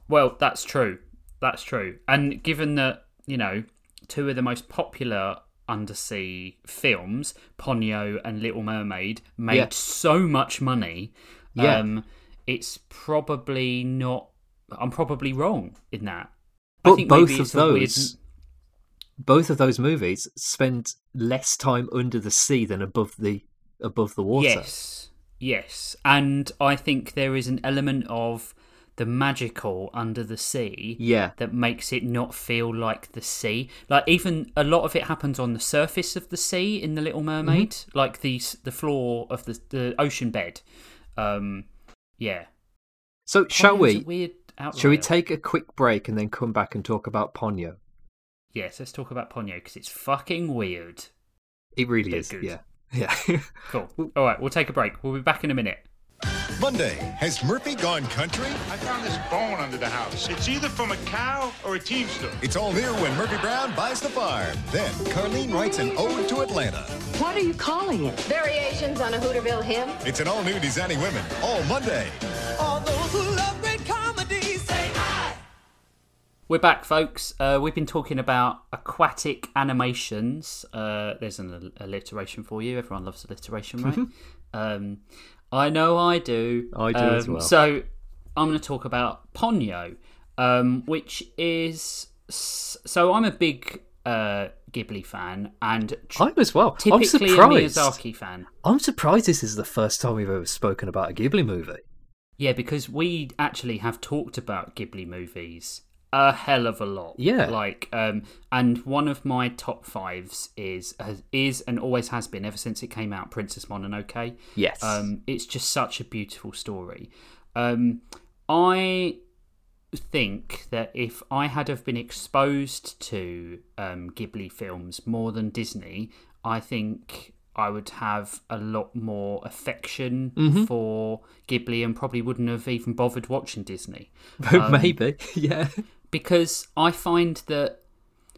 A: Well, that's true. That's true. And given that, you know, two of the most popular undersea films, Ponyo and Little Mermaid, made
B: Yeah.
A: so much money,
B: Yeah.
A: um, it's probably not. I'm probably wrong in that. I
B: But
A: think
B: both
A: maybe
B: of
A: it's a weird-
B: those, both of those movies spend less time under the sea than above the above the water.
A: Yes, yes, and I think there is an element of the magical under the sea.
B: Yeah.
A: that makes it not feel like the sea. Like even a lot of it happens on the surface of the sea in the Little
B: Mm-hmm.
A: Mermaid, like the s- the floor of the the ocean bed. Um, yeah.
B: So shall
A: Ponyo's a
B: we?
A: Weird.
B: Shall
A: outlier.
B: we take a quick break and then come back and talk about Ponyo?
A: Yes, let's talk about Ponyo because it's fucking weird.
B: It really
A: Bit
B: is.
A: good.
B: Yeah. Yeah.
A: Cool. All right, we'll take a break. We'll be back in a minute.
C: Monday, has Murphy gone country?
D: I found this bone under the house. It's either from a cow or a teamster.
C: It's all new when Murphy Brown buys the farm. Then Carlene writes an ode to Atlanta.
E: What are you calling it?
F: Variations on a Hooterville hymn.
C: It's an all new Designing Women, all Monday.
G: All those who love great comedy say hi.
A: We're back, folks. Uh, we've been talking about aquatic animations. Uh, there's an al- alliteration for you. Everyone loves alliteration, right? um, I know I do.
B: I do as
A: Um,
B: well.
A: So I'm going to talk about Ponyo, um, which is. s- So I'm a big uh, Ghibli fan and tr-
B: I'm as well. I'm
A: typically a
B: surprised.
A: Miyazaki fan.
B: I'm surprised this is the first time we've ever spoken about a Ghibli movie.
A: Yeah, because we actually have talked about Ghibli movies a hell of a lot.
B: Yeah.
A: like um, and one of my top fives is has, is and always has been ever since it came out, Princess Mononoke.
B: Yes.
A: Um, it's just such a beautiful story. Um, I think that if I had have been exposed to um, Ghibli films more than Disney, I think I would have a lot more affection
B: Mm-hmm.
A: for Ghibli and probably wouldn't have even bothered watching Disney um,
B: Maybe. Yeah.
A: mm, because I find that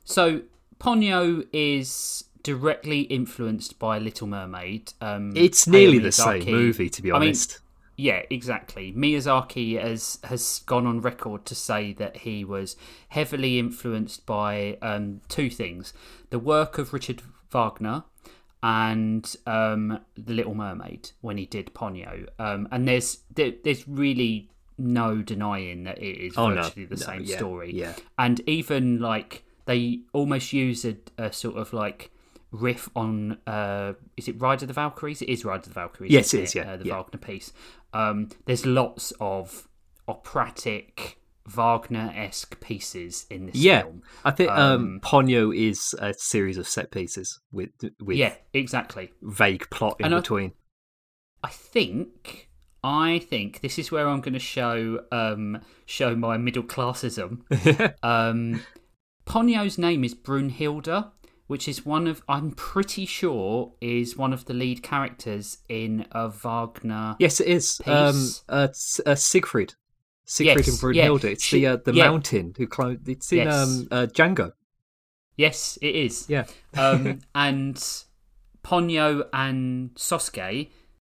A: so Ponyo is directly influenced by Little Mermaid. Um,
B: It's
A: Hayao
B: nearly the same
A: Miyazaki-
B: movie, to be
A: I mean,
B: honest.
A: yeah, exactly. Miyazaki has has gone on record to say that he was heavily influenced by um, two things: the work of Richard Wagner and um, the Little Mermaid when he did Ponyo. Um, and there's there, there's really no denying that it is
B: Oh, no.
A: virtually the
B: No,
A: same
B: yeah,
A: story.
B: yeah.
A: and even like they almost use a, a sort of like riff on uh is it Ride of the Valkyries? It is Ride of the Valkyries.
B: Yes,
A: isn't
B: it is, yeah,
A: Uh, the
B: yeah.
A: Wagner piece. Um, there's lots of operatic Wagner-esque pieces in this
B: yeah.
A: film.
B: I think um, Ponyo is a series of set pieces with with
A: Yeah, exactly.
B: vague plot in
A: And I-
B: between.
A: I think I think this is where I'm going to show um, show my middle classism. um, Ponyo's name is Brunhilda, which is one of I'm pretty sure is one of the lead characters in a Wagner.
B: Yes, it is. Um,
A: Peace.
B: uh, S- uh, Siegfried, Siegfried
A: Yes,
B: and
A: yeah.
B: Brunhilde. It's
A: She-
B: the uh, the
A: yeah.
B: mountain who climbed. It's in
A: Yes.
B: um, uh, Django.
A: Yes, it is.
B: Yeah,
A: um, and Ponyo and Sosuke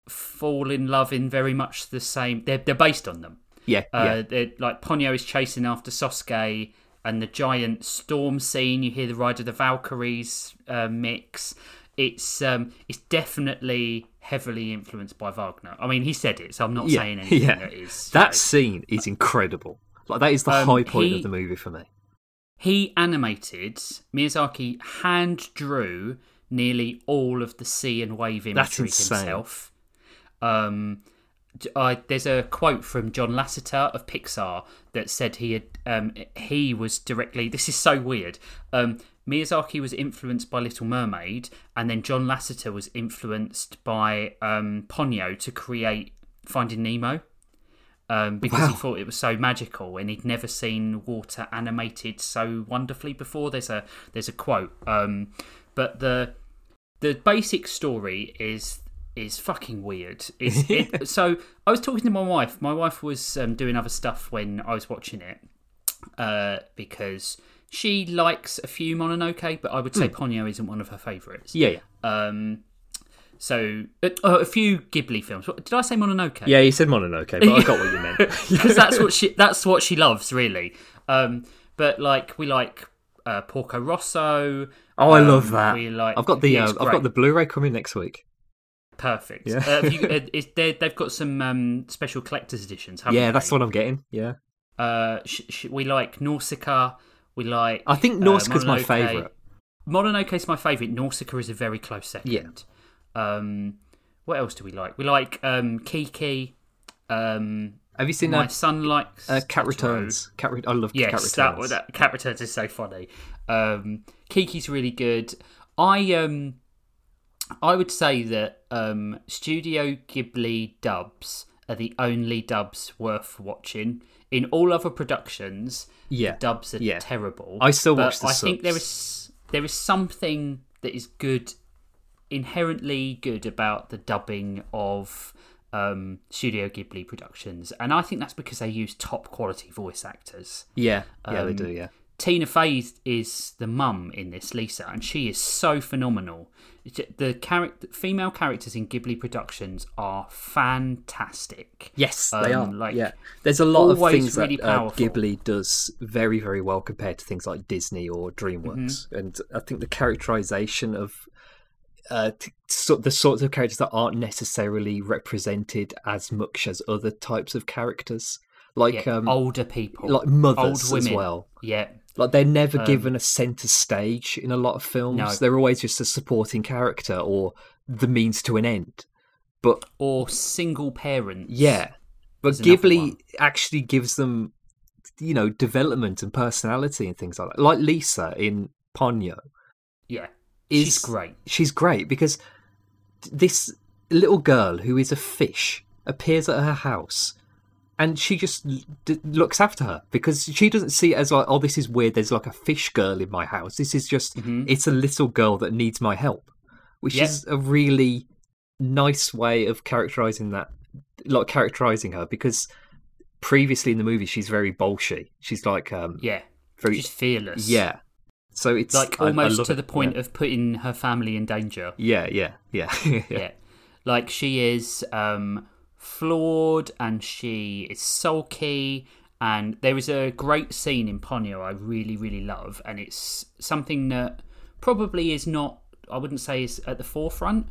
A: fall in love in very much the same. They're they're based on them.
B: yeah,
A: Uh,
B: yeah.
A: they're- Like Ponyo is chasing after Sosuke, and the giant storm scene. You hear the Ride of the Valkyries uh, mix. It's um, it's definitely heavily influenced by Wagner. I mean, he said it, so I'm not
B: Yeah,
A: saying anything
B: yeah.
A: that is. you
B: That
A: know.
B: scene is incredible. Like that is the
A: Um,
B: high point
A: he-
B: of the movie for me.
A: He animated Miyazaki hand drew nearly all of the sea and wave imagery
B: That's insane.
A: himself. Um, j- I, there's a quote from John Lasseter of Pixar that said he had um, he was directly. This is so weird. Um, Miyazaki was influenced by Little Mermaid, and then John Lasseter was influenced by um, Ponyo to create Finding Nemo um, because he
B: Wow.
A: thought it was so magical and he'd never seen water animated so wonderfully before. There's a there's a quote, um, but the the basic story is is fucking weird. It's, it, so I was talking to my wife. My wife was um, doing other stuff when I was watching it uh, because she likes a few Mononoke, but I would say
B: Hmm.
A: Ponyo isn't one of her favourites.
B: Yeah, yeah,
A: Um, so uh, uh, a few Ghibli films. What- Did I say Mononoke?
B: yeah. You said Mononoke, but I got what you meant.
A: because that's what she that's what she loves really. Um, but like we like uh, Porco Rosso.
B: Oh, I
A: um,
B: love that.
A: We like.
B: I've got the
A: yeah,
B: uh,
A: it's
B: I've
A: great.
B: got the Blu-ray coming next week.
A: perfect.
B: Yeah.
A: uh, have you, uh, is there, they've got some um, special collector's editions. Haven't
B: Yeah,
A: they?
B: that's what I'm getting. Yeah,
A: Uh, sh- sh- we like Nausicaa. We like. uh,
B: I think Nausicaa's my
A: Mononoke.
B: favourite.
A: Mononoke is my favourite. Nausicaa is a very close second. Yeah. Um, what else do we like? We like um, Kiki. Um,
B: Have you seen
A: my
B: that?
A: son likes
B: Uh, Cat
A: Totoro.
B: Returns. Cat Re- I love
A: Yes,
B: Cat Returns.
A: that uh, one- that Cat Returns is so funny. Um, Kiki's really good. I um, I would say that um, Studio Ghibli dubs are the only dubs worth watching. In all other productions,
B: Yeah,
A: the dubs are
B: yeah.
A: terrible.
B: I still
A: but
B: watch the
A: I think there is
B: subs.
A: there is something that is good, inherently good about the dubbing of um, Studio Ghibli productions, and I think that's because they use top quality voice actors.
B: Yeah, yeah, they
A: Um,
B: do. Yeah,
A: Tina Fey is the mum in this, Lisa, and she is so phenomenal. The character, female characters in Ghibli productions are fantastic.
B: Yes, they are.
A: Um, like,
B: yeah, there's a lot of
A: always
B: things
A: really
B: that uh,
A: powerful.
B: Ghibli does very, very well compared to things like Disney or DreamWorks,
A: Mm-hmm.
B: and I think the characterization of uh, t- so, the sorts of characters that aren't necessarily represented as much as other types of characters, like
A: Yeah, Oh,
B: um,
A: older people,
B: like mothers
A: old women.
B: as well.
A: Yeah,
B: Like they're never given a center stage in a lot of films.
A: um, No.
B: They're always just a supporting character or the means to an end. But
A: or single parents.
B: yeah. But
A: another one.
B: Ghibli actually gives them, you know, development and personality and things like that. Like Lisa in Ponyo.
A: yeah,
B: Is,
A: she's great.
B: She's great because this little girl who is a fish appears at her house and she just l- d- looks after her because she doesn't see it as like, oh, this is weird. There's like a fish girl in my house. This is just, it's a little girl that needs my help, which
A: Mm-hmm. Yeah.
B: is a really nice way of characterizing that, like characterizing her because previously in the movie, she's very bolshy. She's like, um,
A: Yeah,
B: very,
A: she's fearless.
B: yeah. So it's
A: like
B: I- I
A: almost
B: love
A: to
B: it.
A: the point
B: Yeah.
A: of putting her family in danger.
B: Yeah, yeah, yeah,
A: yeah.
B: yeah.
A: Like she is um, flawed and she is sulky. And there is a great scene in Ponyo I really, really love. And it's something that probably is not, I wouldn't say is at the forefront.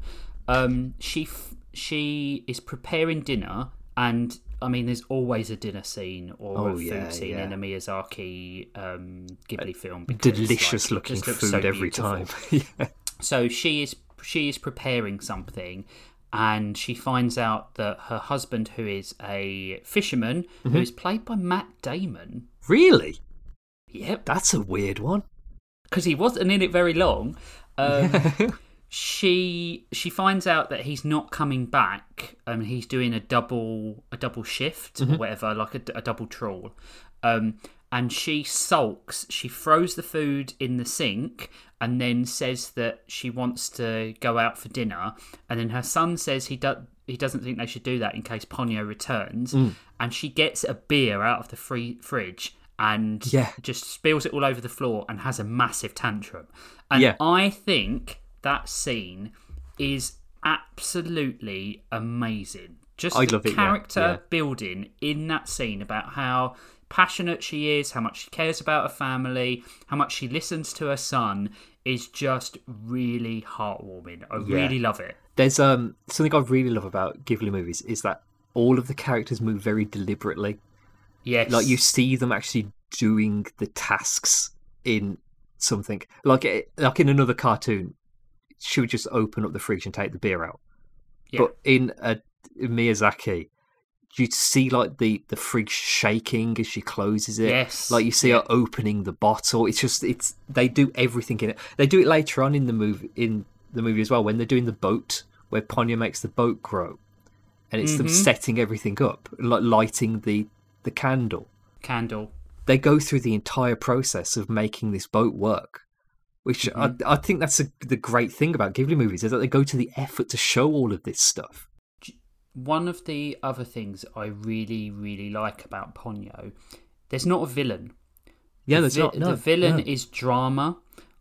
A: Um, she f- she is preparing dinner. And I mean, there's always a dinner scene or a
B: Oh,
A: food
B: yeah,
A: scene
B: yeah.
A: in a Miyazaki um, Ghibli film. because, like,
B: Delicious looking
A: it just
B: food
A: looks so
B: every
A: beautiful
B: time. yeah.
A: so she is she is preparing something and she finds out that her husband who is a fisherman who is played by Matt Damon
B: Really?
A: yep
B: That's a weird one.
A: because he wasn't in it very long um, she she finds out that he's not coming back and he's doing a double a double shift or whatever like a, a double trawl um and she sulks she throws the food in the sink and then says that she wants to go out for dinner and then her son says he does he doesn't think they should do that in case Ponyo returns, and she gets a beer out of the free fridge and
B: Yeah.
A: just spills it all over the floor and has a massive tantrum. And
B: Yeah.
A: I think that scene is absolutely amazing. Just
B: I
A: the
B: love it, yeah,
A: character
B: yeah.
A: building in that scene about how passionate she is, how much she cares about her family, how much she listens to her son is just really heartwarming. I really love it.
B: There's um something I really love about Ghibli movies is that all of the characters move very deliberately.
A: Yes.
B: Like you see them actually doing the tasks in something. Like it, like in another cartoon, she would just open up the fridge and take the beer out.
A: Yeah.
B: But in a in Miyazaki, you see like the the fridge shaking as she closes it.
A: Yes.
B: Like you see her opening the bottle. It's just it's they do everything in it. They do it later on in the movie in the movie as well when they're doing the boat where Ponyo makes the boat grow, and it's them
A: Mm-hmm.
B: setting everything up, like lighting the the candle.
A: Candle.
B: They go through the entire process of making this boat work. Which
A: Mm-hmm.
B: I, I think that's a, the great thing about Ghibli movies is that they go to the effort to show all of this stuff.
A: One of the other things I really, really like about Ponyo, there's not a villain.
B: Yeah,
A: the,
B: there's
A: vi-
B: not. No,
A: the villain
B: no.
A: is drama,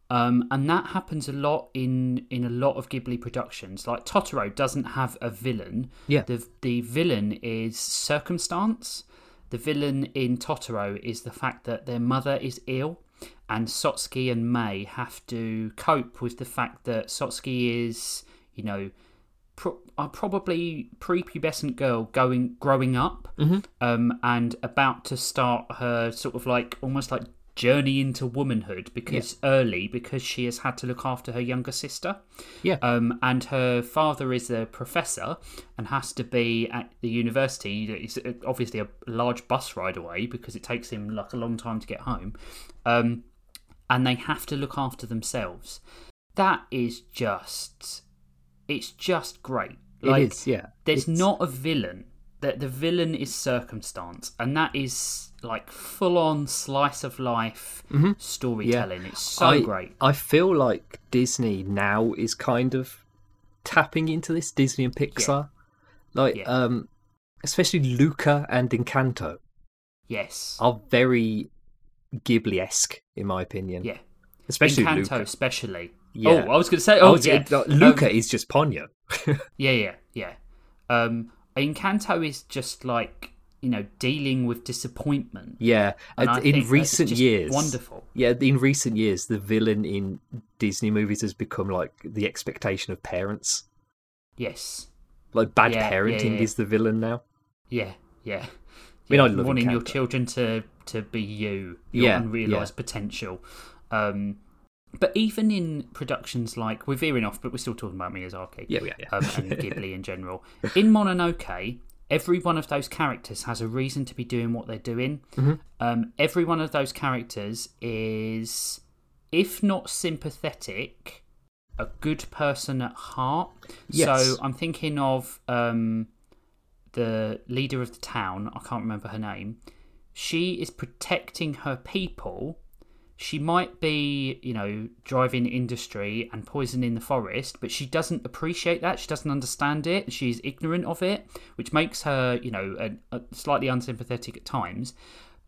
A: um, and that happens a lot in in a lot of Ghibli productions. Like Totoro doesn't have a villain.
B: Yeah.
A: the the villain is circumstance. The villain in Totoro is the fact that their mother is ill, and Sotsky and May have to cope with the fact that Sotsky is, you know, pro- are probably prepubescent girl going growing up
B: Mm-hmm.
A: um, and about to start her sort of like almost like journey into womanhood because early because she has had to look after her younger sister
B: Yeah.
A: um, and her father is a professor and has to be at the university it's obviously a large bus ride away because it takes him like a long time to get home um, and they have to look after themselves that is just it's just great like
B: it is, yeah.
A: there's
B: It's-
A: not a villain that the villain is circumstance and that is like full on slice of life storytelling it's so
B: Mm-hmm. I,
A: great
B: I feel like Disney now is kind of tapping into this Disney and Pixar, like
A: Yeah.
B: um, especially Luca and Encanto
A: yes
B: are very Ghibli esque in my opinion.
A: yeah
B: especially
A: Encanto
B: Luca.
A: especially
B: Yeah.
A: oh i was gonna say
B: I
A: oh
B: was-
A: yeah
B: like, Luca
A: Um,
B: is just Ponyo.
A: yeah yeah yeah um encanto is just like you know dealing with disappointment
B: Yeah,
A: And
B: uh,
A: I think that
B: in
A: is
B: recent
A: just
B: years,
A: wonderful.
B: Yeah, in recent years, the villain in Disney movies has become like the expectation of parents.
A: yes
B: Like bad
A: Yeah, yeah,
B: parenting
A: yeah.
B: is the villain now.
A: yeah yeah
B: mean, I love
A: wanting your
B: Encanto.
A: children to to be you, your
B: Yeah,
A: unrealized potential. Um, but even in productions like we're veering off, but we're still talking about Miyazaki,
B: Yeah, yeah, yeah.
A: Um, and Ghibli in general. In Mononoke, every one of those characters has a reason to be doing what they're doing.
B: Mm-hmm.
A: Um, every one of those characters is, if not sympathetic, a good person at heart.
B: Yes.
A: So I'm thinking of um, the leader of the town. I can't remember her name. She is protecting her people. She might be, you know, driving industry and poisoning the forest, but she doesn't appreciate that. She doesn't understand it. She's ignorant of it, which makes her, you know, a, a slightly unsympathetic at times.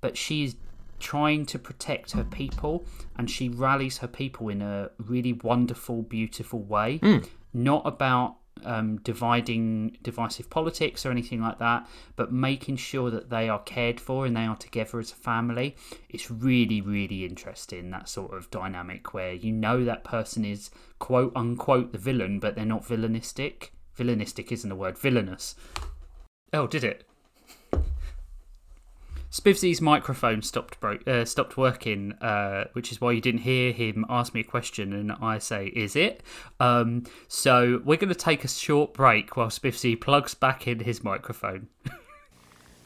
A: But she's trying to protect her people and she rallies her people in a really wonderful beautiful way not about um, dividing divisive politics or anything like that but making sure that they are cared for and they are together as a family it's really really interesting that sort of dynamic where you know that person is quote unquote the villain but they're not villainistic villainistic isn't a word villainous oh did it Spivsy's microphone stopped bro- uh, stopped working, uh, which is why you didn't hear him ask me a question, and I say, "Is it?" Um, so we're going to take a short break while Spivsy plugs back in his microphone.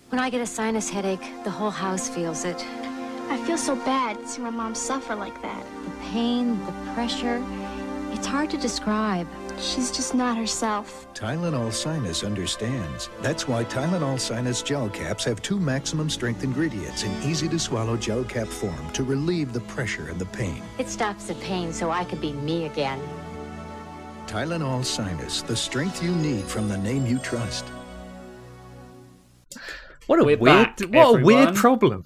E: When I get a sinus headache, the whole house feels it.
H: I feel so bad seeing my mom suffer like that.
E: The pain, the pressure, It's hard to describe.
H: She's just not herself.
C: Tylenol Sinus understands. That's why Tylenol Sinus gel caps have two maximum strength ingredients in easy to swallow gel cap form to relieve the pressure and the pain.
E: It stops the pain so I could be me again.
C: Tylenol Sinus, the strength you need from the name you trust.
B: What a
A: We're
B: weird,
A: back,
B: what a weird
A: everyone.
B: problem.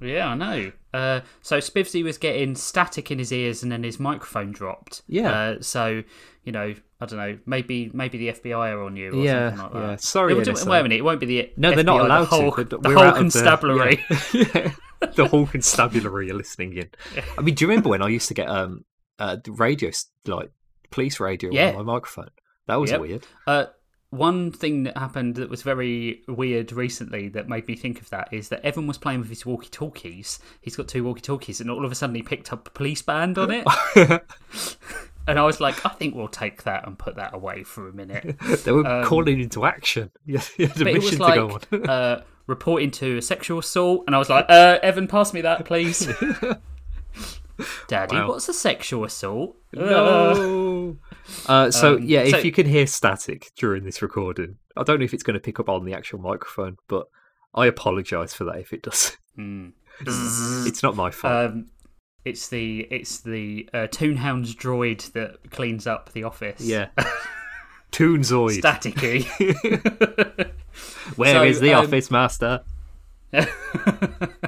A: Yeah, I know. Uh, so Spivsy was getting static in his ears, and then his microphone dropped.
B: Yeah.
A: Uh, so you know, I don't know. Maybe maybe the FBI are on you. Or
B: Yeah,
A: Something like that.
B: yeah. Sorry,
A: It would-
B: NSA.
A: wait a minute. It won't be the
B: No, they're not
A: FBI,
B: allowed
A: the whole,
B: to. but
A: the
B: we're
A: whole
B: out of
A: constabulary.
B: The, yeah, yeah. the whole constabulary are listening in. I mean, do you remember when I used to get um uh the radio s- like police radio
A: Yeah.
B: on my microphone? That was
A: Yep.
B: weird.
A: Uh, one thing that happened that was very weird recently that made me think of that is that Evan was playing with his walkie talkies. He's got two walkie talkies, and all of a sudden he picked up a police band on it. and I was like, I think we'll take that and put that away for a minute.
B: They were calling into action. Yeah, you had a
A: Um, But it
B: mission
A: was
B: to
A: like
B: go on.
A: uh, reporting to a sexual assault, and I was like, uh, Evan, pass me that, please. Daddy,
B: Wow.
A: what's a sexual assault? Uh,
B: No. Uh, so yeah, if
A: Um, so-
B: you can hear static during this recording, I don't know if it's going to pick up on the actual microphone, but I apologise for that if it does.
A: Hmm.
B: it's not my fault.
A: Um, it's the it's the uh, Toonhound's droid that cleans up the office.
B: yeah. Toonzoid.
A: staticky.
B: Where is
A: So,
B: the
A: um,
B: office master?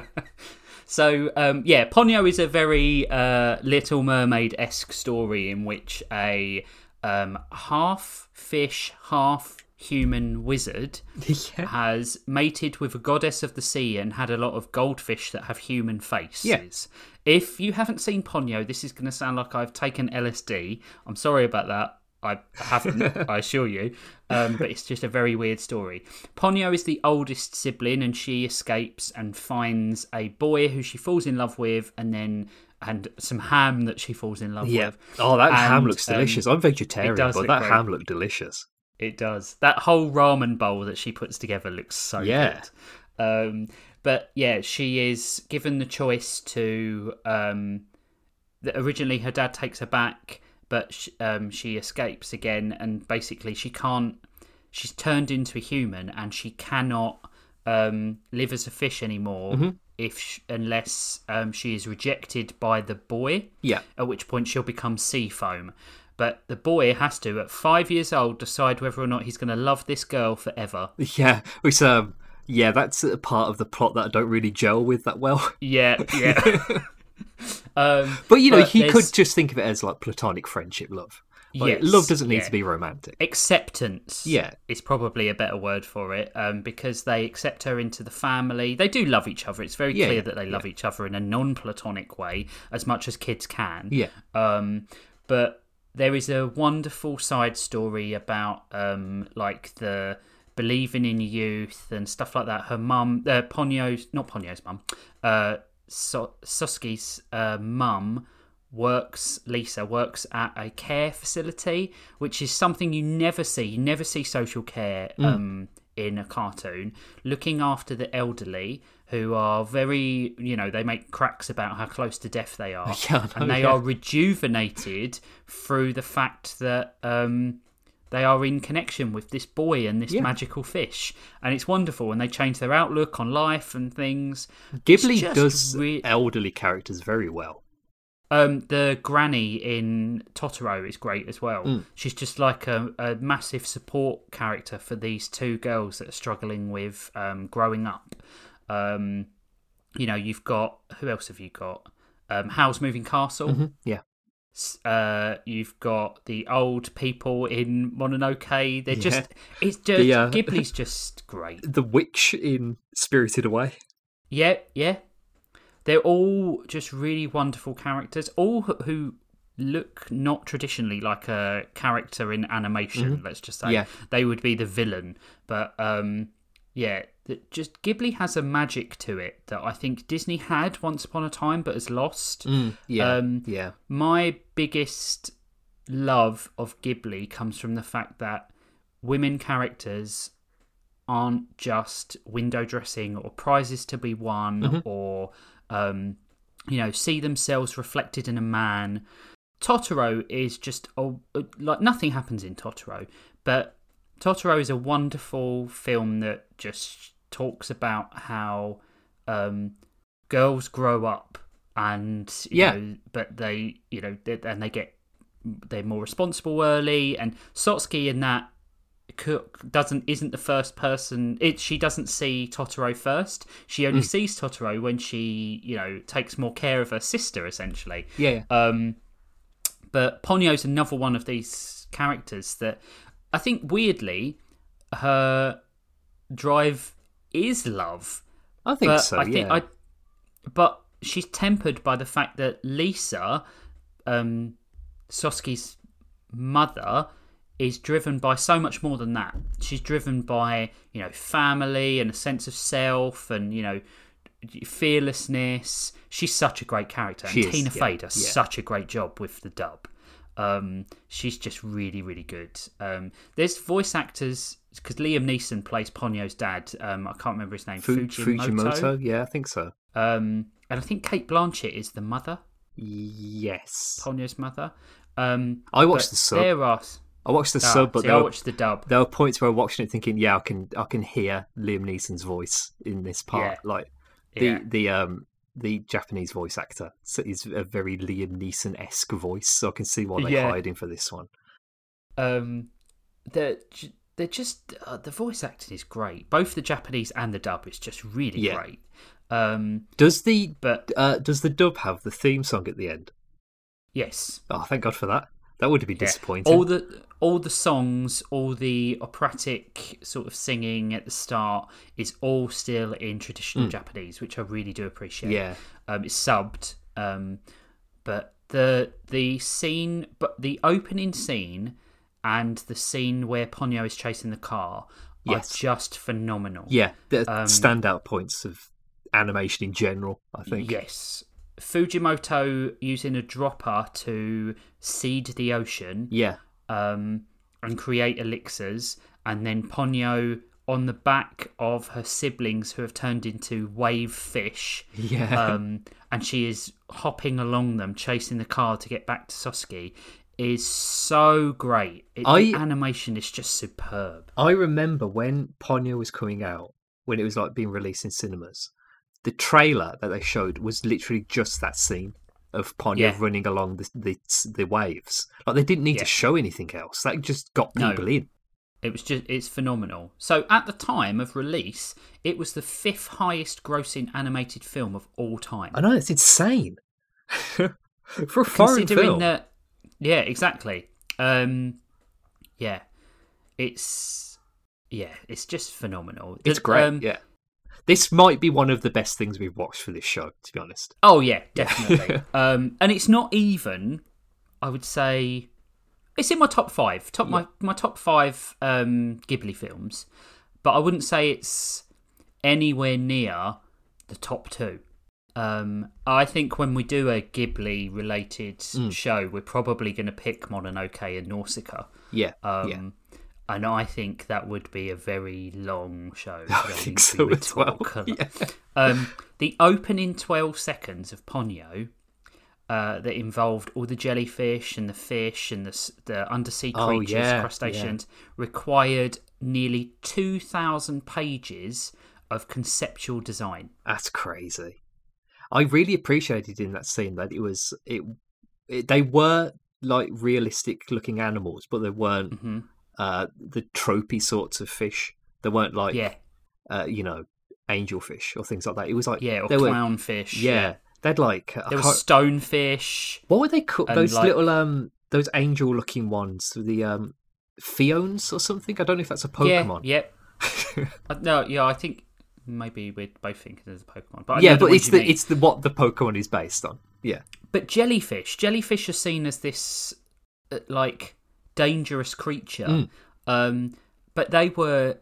A: so um, yeah, Ponyo is a very uh, Little Mermaid esque story in which a um, half fish, half human wizard has mated with a goddess of the sea and had a lot of goldfish that have human faces.
B: Yeah.
A: If you haven't seen Ponyo, this is going to sound like I've taken LSD. I'm sorry about that. I haven't, I assure you. Um, but it's just a very weird story. Ponyo is the oldest sibling, and she escapes and finds a boy who she falls in love with, and then and some ham that she falls in love with.
B: Oh, that ham
A: And,
B: looks
A: um,
B: delicious. I'm vegetarian,
A: it does
B: but
A: look
B: that
A: great.
B: ham looked delicious.
A: It does. That whole ramen bowl that she puts together looks so
B: Yeah.
A: good. Um, but yeah, she is given the choice to. Um, that originally, her dad takes her back, but sh um, she escapes again, and basically, she can't. She's turned into a human, and she cannot um, live as a fish anymore if sh unless um, she is rejected by the boy
B: Yeah.
A: at which point she'll become sea foam. But the boy has to, at five years old, decide whether or not he's going to love this girl forever.
B: Yeah. Which um yeah, that's a part of the plot that I don't really gel with that well.
A: Yeah, yeah. um,
B: But you know,
A: But
B: he
A: there's-
B: could just think of it as like platonic friendship love. Like,
A: Yes,
B: love doesn't need
A: yeah.
B: to be romantic.
A: acceptance
B: Yeah.
A: is probably a better word for it um, because they accept her into the family they do love each other it's very
B: Yeah,
A: clear
B: yeah,
A: that they love each other in a non-platonic way as much as kids can
B: Yeah.
A: um, but there is a wonderful side story about um, like the believing in youth and stuff like that her mum uh, ponyo's not ponyo's mum uh, so- Soski's uh, mum works Lisa works at a care facility, which is something you never see. You never see social care um, in a cartoon looking after the elderly who are very you know they make cracks about how close to death they are
B: Yeah, I know,
A: and they
B: yeah.
A: are rejuvenated through the fact that um, they are in connection with this boy and this magical fish and it's wonderful and they change their outlook on life and things
B: Ghibli
A: just
B: does
A: re-
B: elderly characters very well.
A: um, the granny in Totoro is great as well.
B: Mm.
A: She's just like a, a massive support character for these two girls that are struggling with um, growing up. Um, you know, you've got who else have you got? Um, Howl's Moving Castle.
B: Yeah.
A: S- Uh, you've got the old people in Mononoke. They're just it's just
B: The, uh,
A: Ghibli's just great.
B: The witch in Spirited Away.
A: Yeah, yeah. They're all just really wonderful characters, all wh- who look not traditionally like a character in animation, let's just say.
B: Mm-hmm. Yeah.
A: They would be the villain. But um yeah, th- just Ghibli has a magic to it that I think Disney had once upon a time but has lost.
B: Mm, Yeah.
A: Um,
B: yeah.
A: My biggest love of Ghibli comes from the fact that women characters aren't just window dressing or prizes to be won or um, you know see themselves reflected in a man Totoro is just a, like nothing happens in Totoro, but Totoro is a wonderful film that just talks about how um, girls grow up and you
B: Yeah.
A: know, but they you know they, and they get they're more responsible early and Sotsky in that Cook doesn't isn't the first person. It she doesn't see Totoro first. She only sees Totoro when she you know takes more care of her sister essentially.
B: Yeah.
A: Um, but Ponyo's another one of these characters that I think weirdly her drive is love.
B: I think
A: but
B: so.
A: I
B: yeah.
A: think I, but she's tempered by the fact that Lisa, um, Sosky's mother, is driven by so much more than that. She's driven by you know family and a sense of self and you know fearlessness. She's such a great character. And
B: She is,
A: Tina
B: yeah,
A: Fey does
B: yeah.
A: such a great job with the dub. Um, she's just really, really good. Um, there's voice actors because Liam Neeson plays Ponyo's dad. Um, I can't remember his name.
B: Fu- Fujimoto. Yeah, I think so.
A: Um, and I think Kate Blanchett is the mother,
B: Yes.
A: Ponyo's mother. Um,
B: I watched
A: but
B: the sub.
A: There are
B: I watched the
A: Ah,
B: sub, but
A: see,
B: there
A: I
B: were,
A: watched the dub.
B: there were points where I watched it thinking, yeah, I can I can hear Liam Neeson's voice in this part.
A: Yeah.
B: Like the
A: Yeah.
B: the um the Japanese voice actor so is a very Liam Neeson esque voice, so I can see why they
A: Yeah.
B: hired him for this one.
A: Um, they're ju- they're just uh, the voice acting is great. Both the Japanese and the dub is just really
B: Yeah.
A: great. Um,
B: Does the
A: but
B: uh, does the dub have the theme song at the end?
A: yes,
B: Oh, thank God for that. That would have been
A: Yeah.
B: disappointing.
A: All the all the songs, all the operatic sort of singing at the start is all still in traditional Japanese, which I really do appreciate.
B: Hmm. Yeah.
A: um, it's subbed, um, but the the scene, but the opening scene and the scene where Ponyo is chasing the car
B: Yes.
A: are just phenomenal.
B: yeah, the
A: um,
B: standout points of animation in general. I think.
A: Yes. Fujimoto using a dropper to seed the ocean.
B: Yeah.
A: um, and create elixirs, and then Ponyo on the back of her siblings who have turned into wave fish.
B: Yeah.
A: Um, and she is hopping along them, chasing the car to get back to Soski. Is so great. It, the
B: I-
A: animation is just superb.
B: I remember when Ponyo was coming out, when it was like being released in cinemas, the trailer that they showed was literally just that scene of Ponyo
A: Yeah.
B: running along the, the the waves. Like they didn't need
A: Yeah.
B: to show anything else. That just got
A: No.
B: people in.
A: It was just it's phenomenal. So at the time of release, it was the fifth highest grossing animated film of all time.
B: I know it's insane for a foreign
A: considering
B: film.
A: that yeah exactly um yeah it's yeah it's just phenomenal
B: It's
A: The-
B: great.
A: um,
B: yeah, this might be one of the best things we've watched for this show. To be honest,
A: oh yeah definitely um and it's not even i would say it's in my top five top my my top five um ghibli films but i wouldn't say it's anywhere near the top two um i think when we do a ghibli related
B: Mm.
A: show we're probably going to pick mononoke and nausicaa
B: yeah,
A: Um,
B: yeah.
A: And I think that would be a very long show.
B: I
A: don't
B: think
A: we
B: so
A: would
B: as well.
A: talk a lot.
B: Yeah.
A: Um, the opening 12 seconds of Ponyo uh, that involved all the jellyfish and the fish and the, s- the undersea
B: Oh,
A: creatures,
B: yeah, yeah.
A: crustaceans, required nearly 2,000 pages of conceptual design.
B: That's crazy. I really appreciated in that scene that it was it, it they were like realistic looking animals, but they weren't
A: Mhm.
B: uh, the tropey sorts of fish. They weren't like
A: yeah,
B: uh, you know angelfish or things like that. It was like
A: yeah, or
B: they were-
A: clownfish.
B: yeah, they'd like I
A: There was
B: can't-
A: stonefish.
B: what were they called?
A: and,
B: Those
A: like-
B: little um those angel looking ones, the um Fiones or something. I don't know if that's a Pokemon.
A: Yeah, yep. Uh, no, yeah, I think maybe we're both thinking of the Pokemon, but I
B: Yeah,
A: know the
B: but
A: ones
B: it's
A: you
B: the
A: mean.
B: it's the what the Pokemon is based on. Yeah,
A: but jellyfish. Jellyfish are seen as this uh, like dangerous creature,
B: Mm.
A: um, but they were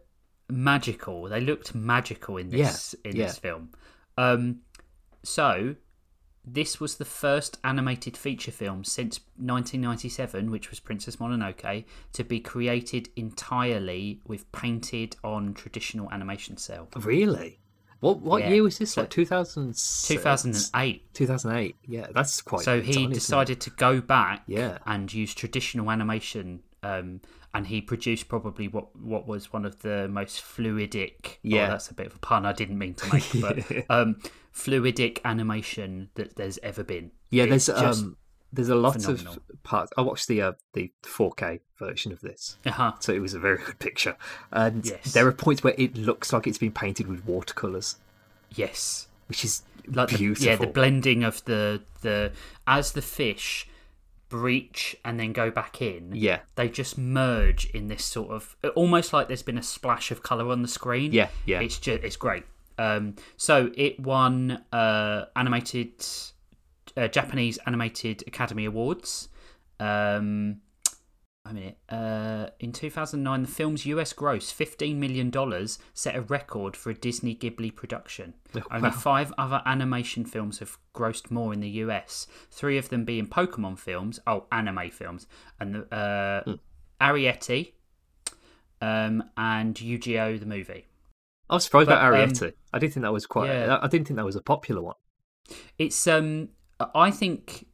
A: magical. They looked magical in this
B: Yeah,
A: in
B: yeah.
A: this film. Um, so this was the first animated feature film since 1997, which was Princess Mononoke, to be created entirely with painted on traditional animation cell.
B: really. What what
A: Yeah.
B: year was this?
A: So-
B: Like 2006?
A: 2008.
B: 2008. Yeah, that's quite.
A: So
B: done,
A: he
B: isn't it?
A: decided to go back
B: Yeah.
A: and use traditional animation. Um, and he produced probably what what was one of the most fluidic.
B: Yeah.
A: oh, that's a bit of a pun I didn't mean to make, but um, fluidic animation that there's ever been.
B: Yeah,
A: It's
B: there's
A: just-
B: um there's a lot
A: phenomenal.
B: of parts. I watched the uh, the 4K version of this.
A: uh-huh.
B: So it was a very good picture, and
A: Yes.
B: there are points where it looks like it's been painted with watercolors,
A: yes,
B: which is
A: like the,
B: beautiful.
A: yeah, the blending of the the as the fish breach and then go back in.
B: Yeah.
A: they just merge in this sort of uh, almost like there's been a splash of color on the screen.
B: Yeah, yeah.
A: It's just it's great. Um, so it won uh, animated uh, Japanese animated Academy Awards. Um, wait a minute. Uh, in 2009, the film's US gross, $15 million, set a record for a Disney Ghibli production. Only five other animation films have grossed more in the US, three of them being Pokemon films, oh, anime films, and the, uh, Arietti um, and Yu Gi Oh! the movie.
B: I was surprised
A: but,
B: about
A: um,
B: Arietta. I didn't think that was quite.
A: yeah.
B: I didn't think that was a popular one.
A: It's um, I think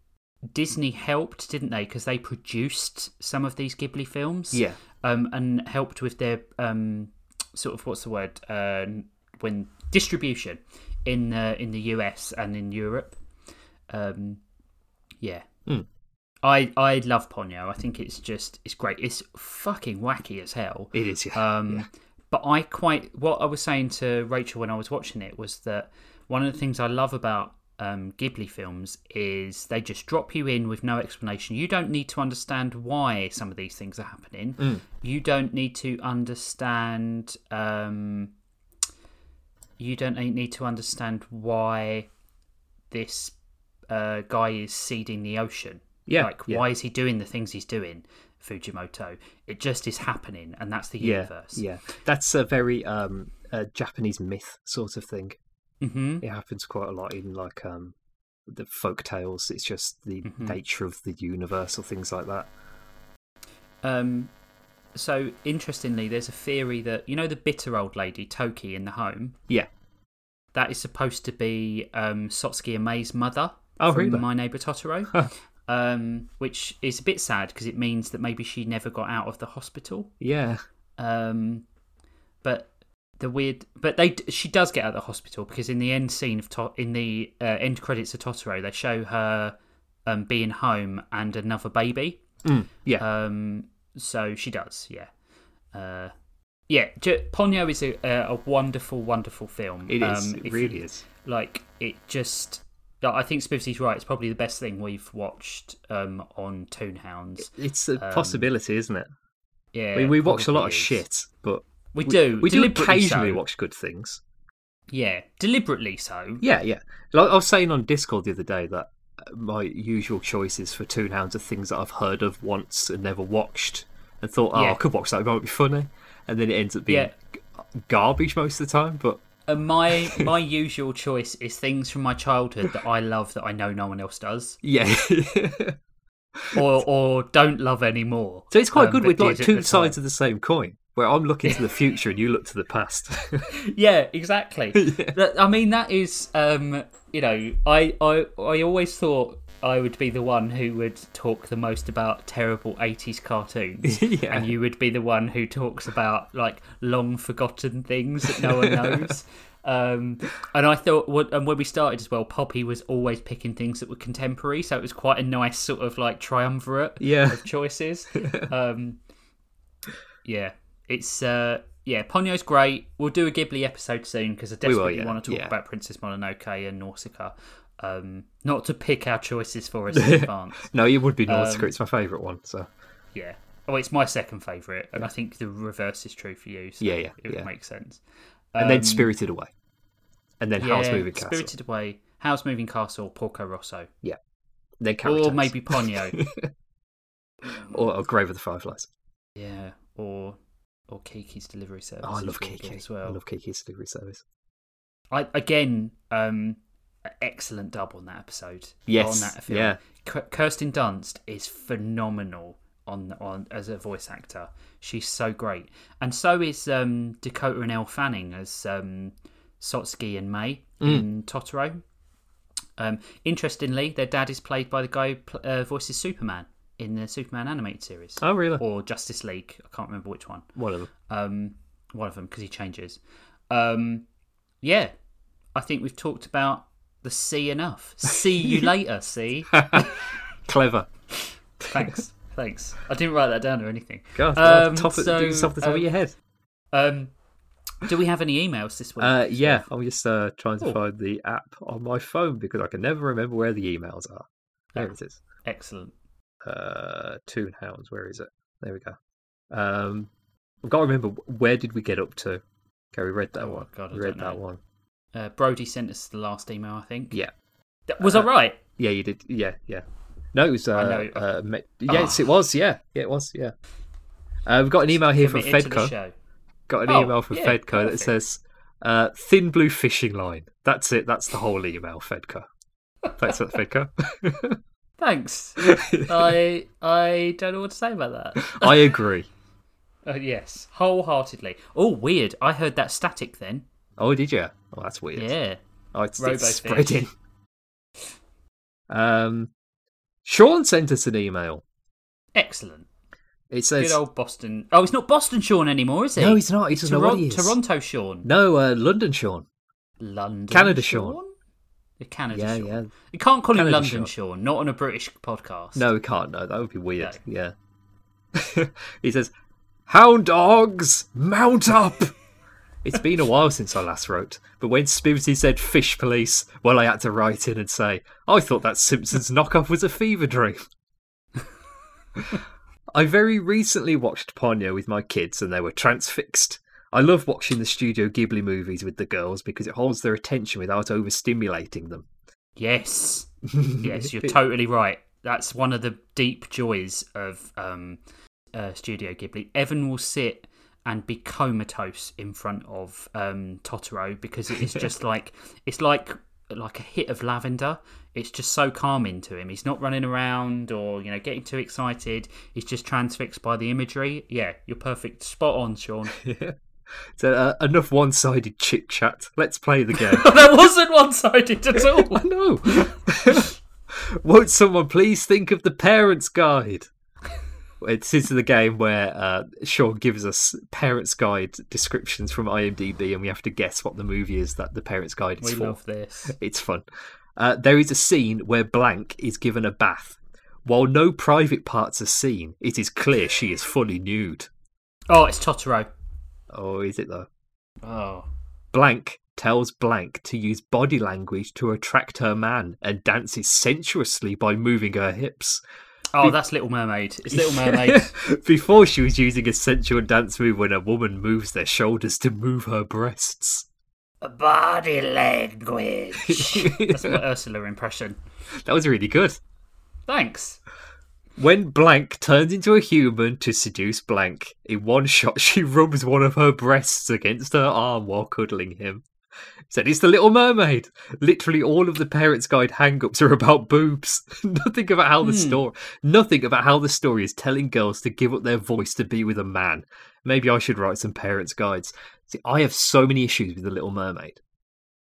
A: Disney helped, didn't they? Because they produced some of these Ghibli films.
B: Yeah.
A: Um, and helped with their um, sort of what's the word? Uh, when distribution in the in the US and in Europe. Um, yeah.
B: Hmm.
A: I I love Ponyo. I think it's just it's great. It's fucking wacky as hell.
B: It is. Yeah.
A: Um, But I quite what I was saying to Rachel when I was watching it was that one of the things I love about um, Ghibli films is they just drop you in with no explanation. You don't need to understand why some of these things are happening.
B: Mm.
A: You don't need to understand. Um, you don't need to understand why this uh, guy is seeding the ocean.
B: Yeah,
A: Like,
B: yeah.
A: why is he doing the things he's doing, Fujimoto? It just is happening, and that's the
B: yeah,
A: universe.
B: yeah. That's a very um a Japanese myth sort of thing.
A: hmm
B: It happens quite a lot in like um the folk tales. It's just the
A: Mm-hmm.
B: nature of the universe or things like that.
A: Um, so, interestingly, there's a theory that, you know, the bitter old lady, Toki, in the home,
B: Yeah.
A: that is supposed to be um, Sotsuki Amei's mother
B: Oh,
A: from
B: really?
A: My Neighbor Totoro,
B: Huh.
A: um, which is a bit sad because it means that maybe she never got out of the hospital.
B: Yeah.
A: Um, but the weird, but they she does get out of the hospital because in the end scene of to, in the uh, end credits of Totoro, they show her um, being home and another baby.
B: Mm, yeah.
A: Um, so she does, yeah. Uh, yeah, J- Ponyo is a, a a wonderful, wonderful film.
B: It is.
A: Um,
B: it
A: if-
B: really is.
A: Like, it just. I think Spivsy's right. It's probably the best thing we've watched um, on Toonhounds.
B: It's a
A: um,
B: possibility, isn't it?
A: Yeah,
B: I mean, we watch a
A: probably
B: lot of
A: is.
B: shit, but
A: We do.
B: We do
A: deliberately
B: occasionally
A: so.
B: watch good things.
A: Yeah, deliberately so.
B: Yeah, yeah. Like I was saying on Discord the other day that uh, my usual choices for Toonhounds are things that I've heard of once and never watched, and thought, oh,
A: Yeah.
B: I could watch that. It might be funny, and then it ends up being
A: Yeah.
B: g- garbage most of the time. But
A: And Uh, my my usual choice is things from my childhood that I love that I know no one else does,
B: yeah,
A: or or don't love anymore.
B: so it's quite
A: um,
B: good
A: but
B: with like
A: did at
B: two
A: the
B: sides
A: time.
B: of the same coin. Where I'm looking to the future and you look to the past.
A: Yeah, exactly. That- I mean, that is, um, you know, I, I I always thought I would be the one who would talk the most about terrible '80s cartoons,
B: Yeah.
A: and you would be the one who talks about like long forgotten things that no one knows. Um, and I thought, what, and when we started as well, Poppy was always picking things that were contemporary, so it was quite a nice sort of like triumvirate
B: Yeah.
A: of choices. um, yeah, it's uh, yeah, Ponyo's great. We'll do a Ghibli episode soon because I
B: will,
A: desperately
B: yeah,
A: want to talk
B: yeah.
A: about Princess Mononoke and Nausicaa. Um, not to pick our choices for us in advance.
B: no, it would be
A: Um,
B: Nausicaa. it's my favourite one. So
A: Yeah. Oh, it's my second favourite, and I think the reverse is true for you. So
B: Yeah, yeah,
A: it would
B: yeah.
A: make sense.
B: and then
A: Um,
B: Spirited Away, and then House Moving Castle,
A: Spirited Away, House Moving Castle, Porco Rosso,
B: then
A: or
B: Caritas.
A: maybe Ponyo.
B: or, or Grave of the Fireflies.
A: yeah, or or Kiki's Delivery Service.
B: Oh, I
A: is
B: love
A: really good
B: Kiki
A: as well.
B: I love Kiki's delivery service.
A: I again, um, excellent dub on that episode.
B: Yes,
A: on that film.
B: yeah.
A: K- Kirsten Dunst is phenomenal on on as a voice actor. She's so great, and so is um, Dakota and Elle Fanning as um, Sotsky and May
B: Mm.
A: in Totoro. Um, interestingly, their dad is played by the guy who pl- uh, voices Superman in the Superman animated series.
B: Oh, really?
A: Or Justice League. I can't remember which one.
B: One of them.
A: Um, one of them, because he changes. Um, yeah, I think we've talked about the sea enough. See you later, see?
B: Clever.
A: Thanks. Thanks. I didn't write that down or anything.
B: God,
A: Um,
B: top of,
A: so,
B: do this off the top
A: um,
B: of your head.
A: Um, do we have any emails this week?
B: Uh, yeah, I'm just uh, trying to
A: Cool.
B: find the app on my phone because I can never remember where the emails are. There it is.
A: Excellent.
B: Uh, Toon Hounds, where is it? There we go. Um, I've got to remember where did we get up to? Okay, we read that
A: Oh,
B: one.
A: God, I
B: we
A: don't
B: read that
A: know.
B: one.
A: Uh, Brody sent us the last email, I think.
B: Yeah, Uh,
A: That- was I right?
B: yeah, you did. Yeah, yeah. No, it was. Uh,
A: know.
B: uh, ma- yes, it was. Yeah, yeah, it was. Yeah. Uh, we've got an email here from
A: Committed to the
B: Fedco.
A: show.
B: got an
A: Oh,
B: email from
A: yeah,
B: Fedco that
A: perfect.
B: says uh, "thin blue fishing line." That's it. That's the whole email, Fedco. Thanks for that, Fedco.
A: Thanks. I I don't know what to say about that.
B: I agree.
A: Uh, yes, wholeheartedly. Oh, weird. I heard that static then.
B: Oh, did you? Oh, that's weird.
A: Yeah.
B: Oh, it's,
A: Robo
B: it's
A: fish.
B: spreading. Um, Sean sent us an email.
A: Excellent.
B: It
A: Good
B: says,
A: old Boston. Oh, it's not Boston Sean anymore, is he?
B: "No, he's not. He doesn't know what
A: Toron-
B: he is."
A: Toronto Sean.
B: No, uh, London Sean.
A: London.
B: Canada Sean.
A: Yeah, Canada
B: Yeah,
A: Sean.
B: yeah.
A: You can't call him
B: Canada
A: London
B: Sean.
A: Sean. not on a British podcast.
B: No, we can't. No, that would be weird.
A: No.
B: Yeah. he says, Hound dogs, mount up! it's been a while since I last wrote, but when Spivety said fish police, well, I had to write in and say, I thought that Simpsons knockoff was a fever dream. I very recently watched Ponyo with my kids and they were transfixed. I love watching the Studio Ghibli movies with the girls because it holds their attention without overstimulating them.
A: Yes. yes, you're totally right. That's one of the deep joys of um, uh, Studio Ghibli. Evan will sit and be comatose in front of um, Totoro because it is just like it's like like a hit of lavender. It's just so calming to him. He's not running around or you know getting too excited. He's just transfixed by the imagery. Yeah, you're perfect, spot on, Sean.
B: So, uh, enough one sided chit chat. Let's play the game.
A: that wasn't one-sided at all.
B: I know. Won't someone please think of the parents' guide? It's into the game where uh, Sean gives us parents' guide descriptions from IMDb, and we have to guess what the movie is that the parents' guide is
A: We
B: for.
A: love this.
B: It's fun. Uh, there is a scene where Blank is given a bath. While no private parts are seen, it is clear she is fully nude.
A: Oh, it's Totoro.
B: Oh, is it though?
A: Oh.
B: Blank tells Blank to use body language to attract her man and dances sensuously by moving her hips.
A: Oh, that's Little Mermaid. It's Little Mermaid.
B: Before she was using a sensual dance move when a woman moves their shoulders to move her breasts.
A: Body language. that's my Ursula impression.
B: That was really good.
A: Thanks.
B: When Blank turns into a human to seduce Blank, in one shot she rubs one of her breasts against her arm while cuddling him. Said it's the Little Mermaid. Literally, all of the Parents Guide hang-ups are about boobs. nothing about how the
A: Hmm.
B: story, nothing about how the story is telling girls to give up their voice to be with a man. Maybe I should write some Parents Guides. See, I have so many issues with the Little Mermaid.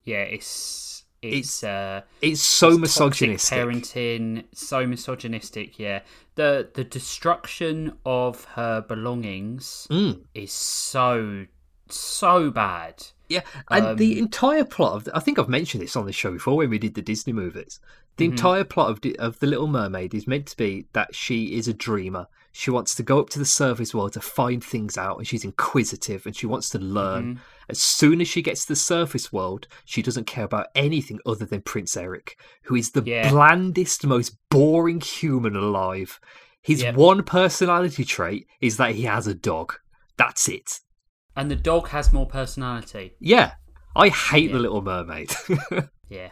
A: Yeah, it's it's uh
B: It's so
A: it's toxic
B: misogynistic.
A: parenting, so misogynistic, yeah. The the destruction of her belongings
B: Mm.
A: is so so bad.
B: Yeah, and the
A: Um,
B: entire plot of I think I've mentioned this on the show before when we did the Disney movies. The
A: Mm-hmm.
B: entire plot of Di- of the Little Mermaid is meant to be that she is a dreamer. She wants to go up to the surface world to find things out, and she's inquisitive and she wants to
A: Mm-hmm.
B: learn. As soon as she gets to the surface world, she doesn't care about anything other than Prince Eric, who is the
A: Yeah.
B: blandest, most boring human alive. His
A: Yep.
B: one personality trait is that he has a dog. That's it.
A: And the dog has more personality.
B: Yeah. I hate
A: Yeah.
B: the Little Mermaid.
A: Yeah. I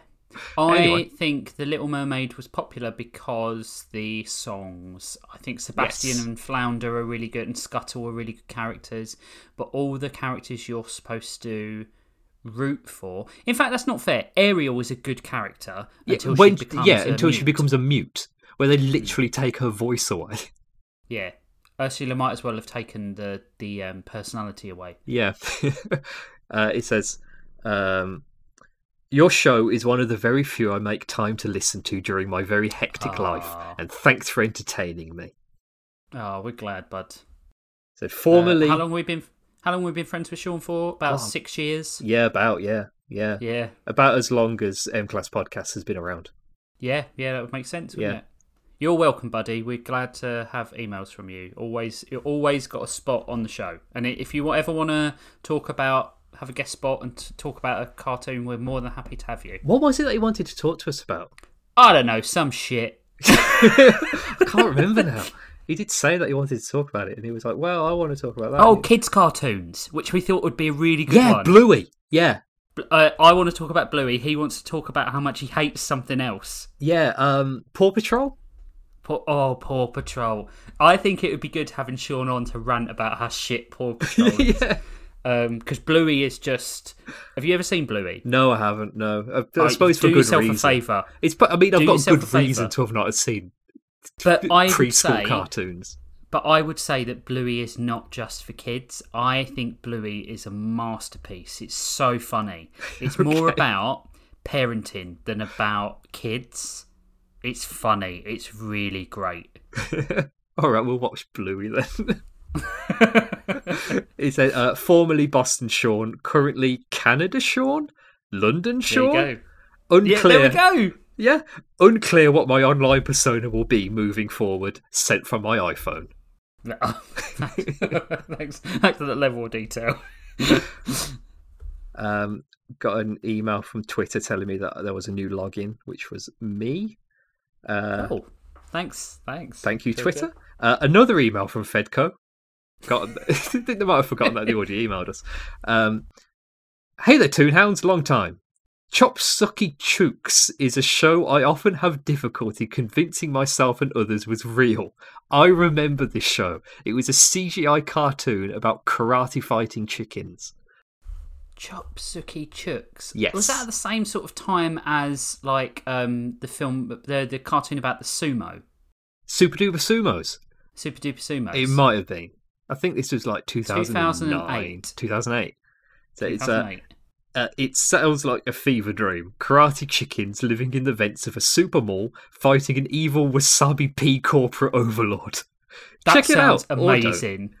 B: Oh, Anyway.
A: think The Little Mermaid was popular because the songs. I think Sebastian
B: Yes.
A: and Flounder are really good and Scuttle are really good characters, but all the characters you're supposed to root for. In fact, that's not fair. Ariel is a good character
B: Yeah,
A: until
B: when-
A: she becomes
B: yeah,
A: a
B: until she
A: mute. Mm.
B: becomes a mute, where they literally take her voice away.
A: Yeah. Ursula might as well have taken the the um, personality away.
B: yeah, uh, it says Um, your show is one of the very few I make time to listen to during my very hectic
A: Aw.
B: life, and thanks for entertaining me.
A: Oh, we're glad, bud.
B: So
A: Uh,
B: formerly,
A: how long we been? How long we been friends with Sean for? About
B: Oh.
A: six years.
B: yeah, about yeah, yeah,
A: Yeah,
B: about as long as M Class Podcast has been around.
A: yeah, yeah. That would make sense, wouldn't
B: Yeah.
A: it? You're welcome, buddy. We're glad to have emails from you. Always, you always got a spot on the show. And i- if you ever want to talk about, have a guest spot and t- talk about a cartoon, we're more than happy to have you.
B: What was it that you wanted to talk to us about?
A: I don't know, some shit.
B: I can't remember now. He did say that he wanted to talk about it, and he was like, "Well, I want to talk about that."
A: Oh,
B: And
A: kids cartoons, which we thought would be a really
B: it-
A: good
B: yeah,
A: one.
B: Bluey. Yeah,
A: Bl- uh, I want to talk about Bluey. He wants to talk about how much he hates something else.
B: yeah. Um, Paw Patrol.
A: Paw- oh, Paw Patrol. I think it would be good having Sean on to rant about how shit Paw Patrol is. Because
B: yeah.
A: Um, Bluey is just. Have you ever seen Bluey?
B: No, I haven't. No, I, I
A: Like,
B: suppose for
A: do
B: good
A: yourself
B: reason.
A: a favour.
B: It's. but- I mean, I've
A: Do
B: got
A: yourself a
B: good
A: favour.
B: reason to have not seen
A: But I would
B: preschool
A: say,
B: cartoons.
A: but I would say that Bluey is not just for kids. I think Bluey is a masterpiece. It's so funny. It's more
B: Okay.
A: about parenting than about kids. It's funny. It's really great.
B: All right, we'll watch Bluey then. It's a uh, formerly Boston Sean, currently Canada Sean, London
A: There
B: Sean.
A: you go. Yeah,
B: Unclear.
A: there we go.
B: Yeah, unclear what my online persona will be moving forward. Sent from my iPhone.
A: thanks, thanks for that level of detail.
B: Um, got an email from Twitter telling me that there was a new login, which was me. Uh,
A: oh, thanks, thanks.
B: Thank you, Twitter. Uh, another email from Fedco. Got, I think they might have forgotten that they already emailed us. Um, hey there, Toonhounds, long time. Chop Sucky Chooks is a show I often have difficulty convincing myself and others was real. I remember this show. It was a CGI cartoon about karate fighting chickens.
A: Chop Suki Chooks.
B: Yes.
A: Was that at the same sort of time as like um the film, the the cartoon about the sumo,
B: Super Duper Sumos.
A: Super Duper Sumo?
B: It might have been. I think this was like 2009.
A: 2008.
B: 2008. So it's uh,
A: 2008.
B: Uh, it sounds like a fever dream. Karate chickens living in the vents of a super mall fighting an evil wasabi pea corporate overlord.
A: that
B: Check it out.
A: sounds
B: Ordo,
A: amazing.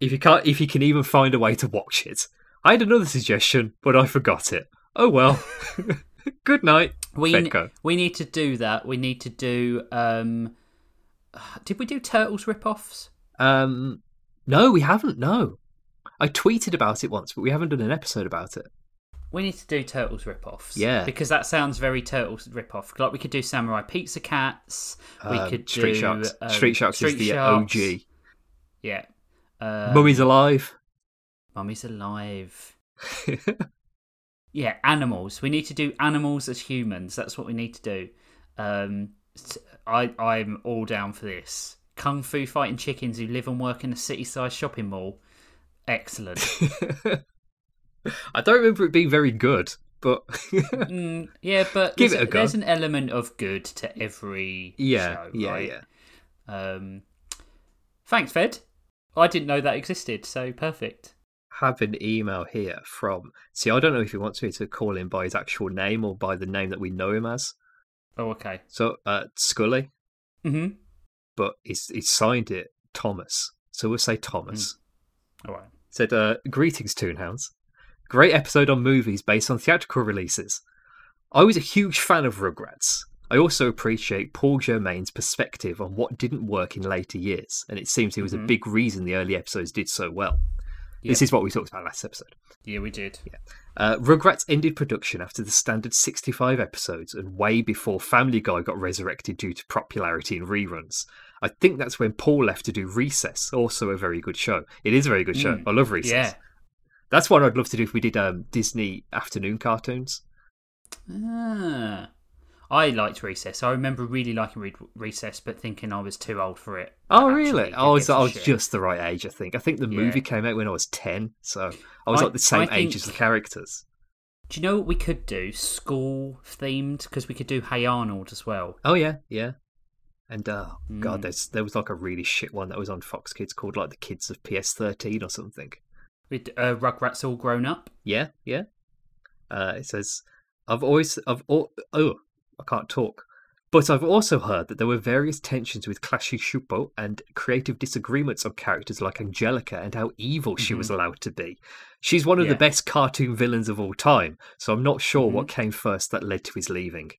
B: if you can't, if you can even find a way to watch it. I had another suggestion, but I forgot it. Oh well. Good night.
A: We n-
B: Fedco.
A: we need to do that. We need to do. um Did we do Turtles rip-offs?
B: Um, no, we haven't. No, I tweeted about it once, but we haven't done an episode about it.
A: We need to do Turtles rip-offs.
B: Yeah.
A: Because that sounds very Turtles rip-off. Like we could do Samurai Pizza Cats. We
B: Um,
A: could
B: Street
A: do
B: Sharks.
A: um,
B: Street um, Sharks is
A: Street
B: the
A: Sharks.
B: OG.
A: Yeah. Uh,
B: Mummy's alive.
A: Mummy's alive. Yeah, animals. We need to do animals as humans. That's what we need to do. Um, s- I I'm all down for this. Kung Fu fighting chickens who live and work in a city-sized shopping mall. Excellent.
B: I don't remember it being very good, but
A: Mm, yeah, but
B: Give
A: there's,
B: it a go.
A: there's an element of good to every
B: yeah,
A: show,
B: yeah,
A: right?
B: yeah.
A: Um, thanks, Fed. I didn't know that existed, so perfect.
B: have an email here from. See, I don't know if he wants me to call him by his actual name or by the name that we know him as.
A: Oh, okay.
B: So, uh, Scully,
A: hmm
B: but he's, he signed it Thomas. So we'll say Thomas.
A: All right.
B: Said, uh, Greetings, Toonhounds. Great episode on movies based on theatrical releases. I was a huge fan of Rugrats. I also appreciate Paul Germain's perspective on what didn't work in later years, and it seems he was a big reason the early episodes did so well. This
A: Mm-hmm. Yeah.
B: is what we talked about last episode.
A: Yeah, we did.
B: Uh, Rugrats ended production after the standard 65 episodes and way before Family Guy got resurrected due to popularity and reruns. I think that's when Paul left to do Recess, also a very good show. It is a very good show. I love Recess.
A: Mm. Yeah.
B: That's what I'd love to do if we did um, Disney afternoon cartoons.
A: Ah. I liked Recess. I remember really liking Re- Recess, but thinking I was too old for it.
B: Oh,
A: Actually,
B: really?
A: who
B: I was,
A: gives a
B: I was
A: shit?
B: just the right age, I think. I think the movie
A: Yeah.
B: came out when I was 10, so I was
A: I-
B: like the same
A: I
B: age
A: think-
B: as the characters.
A: Do you know what we could do? School themed, because we could do Hey Arnold as well.
B: Oh yeah, yeah. And uh,
A: Mm.
B: God, there's there was like a really shit one that was on Fox Kids called like the Kids of PS13 or something.
A: With uh, Rugrats all grown up.
B: Yeah, yeah. Uh, it says, "I've always, I've all, oh, I can't talk." But I've also heard that there were various tensions with Clashy Shupo and creative disagreements on characters like Angelica and how evil she was allowed to be. She's one of the
A: Mm-hmm. Yeah.
B: best cartoon villains of all time, so I'm not sure what
A: Mm-hmm.
B: came first that led to his leaving.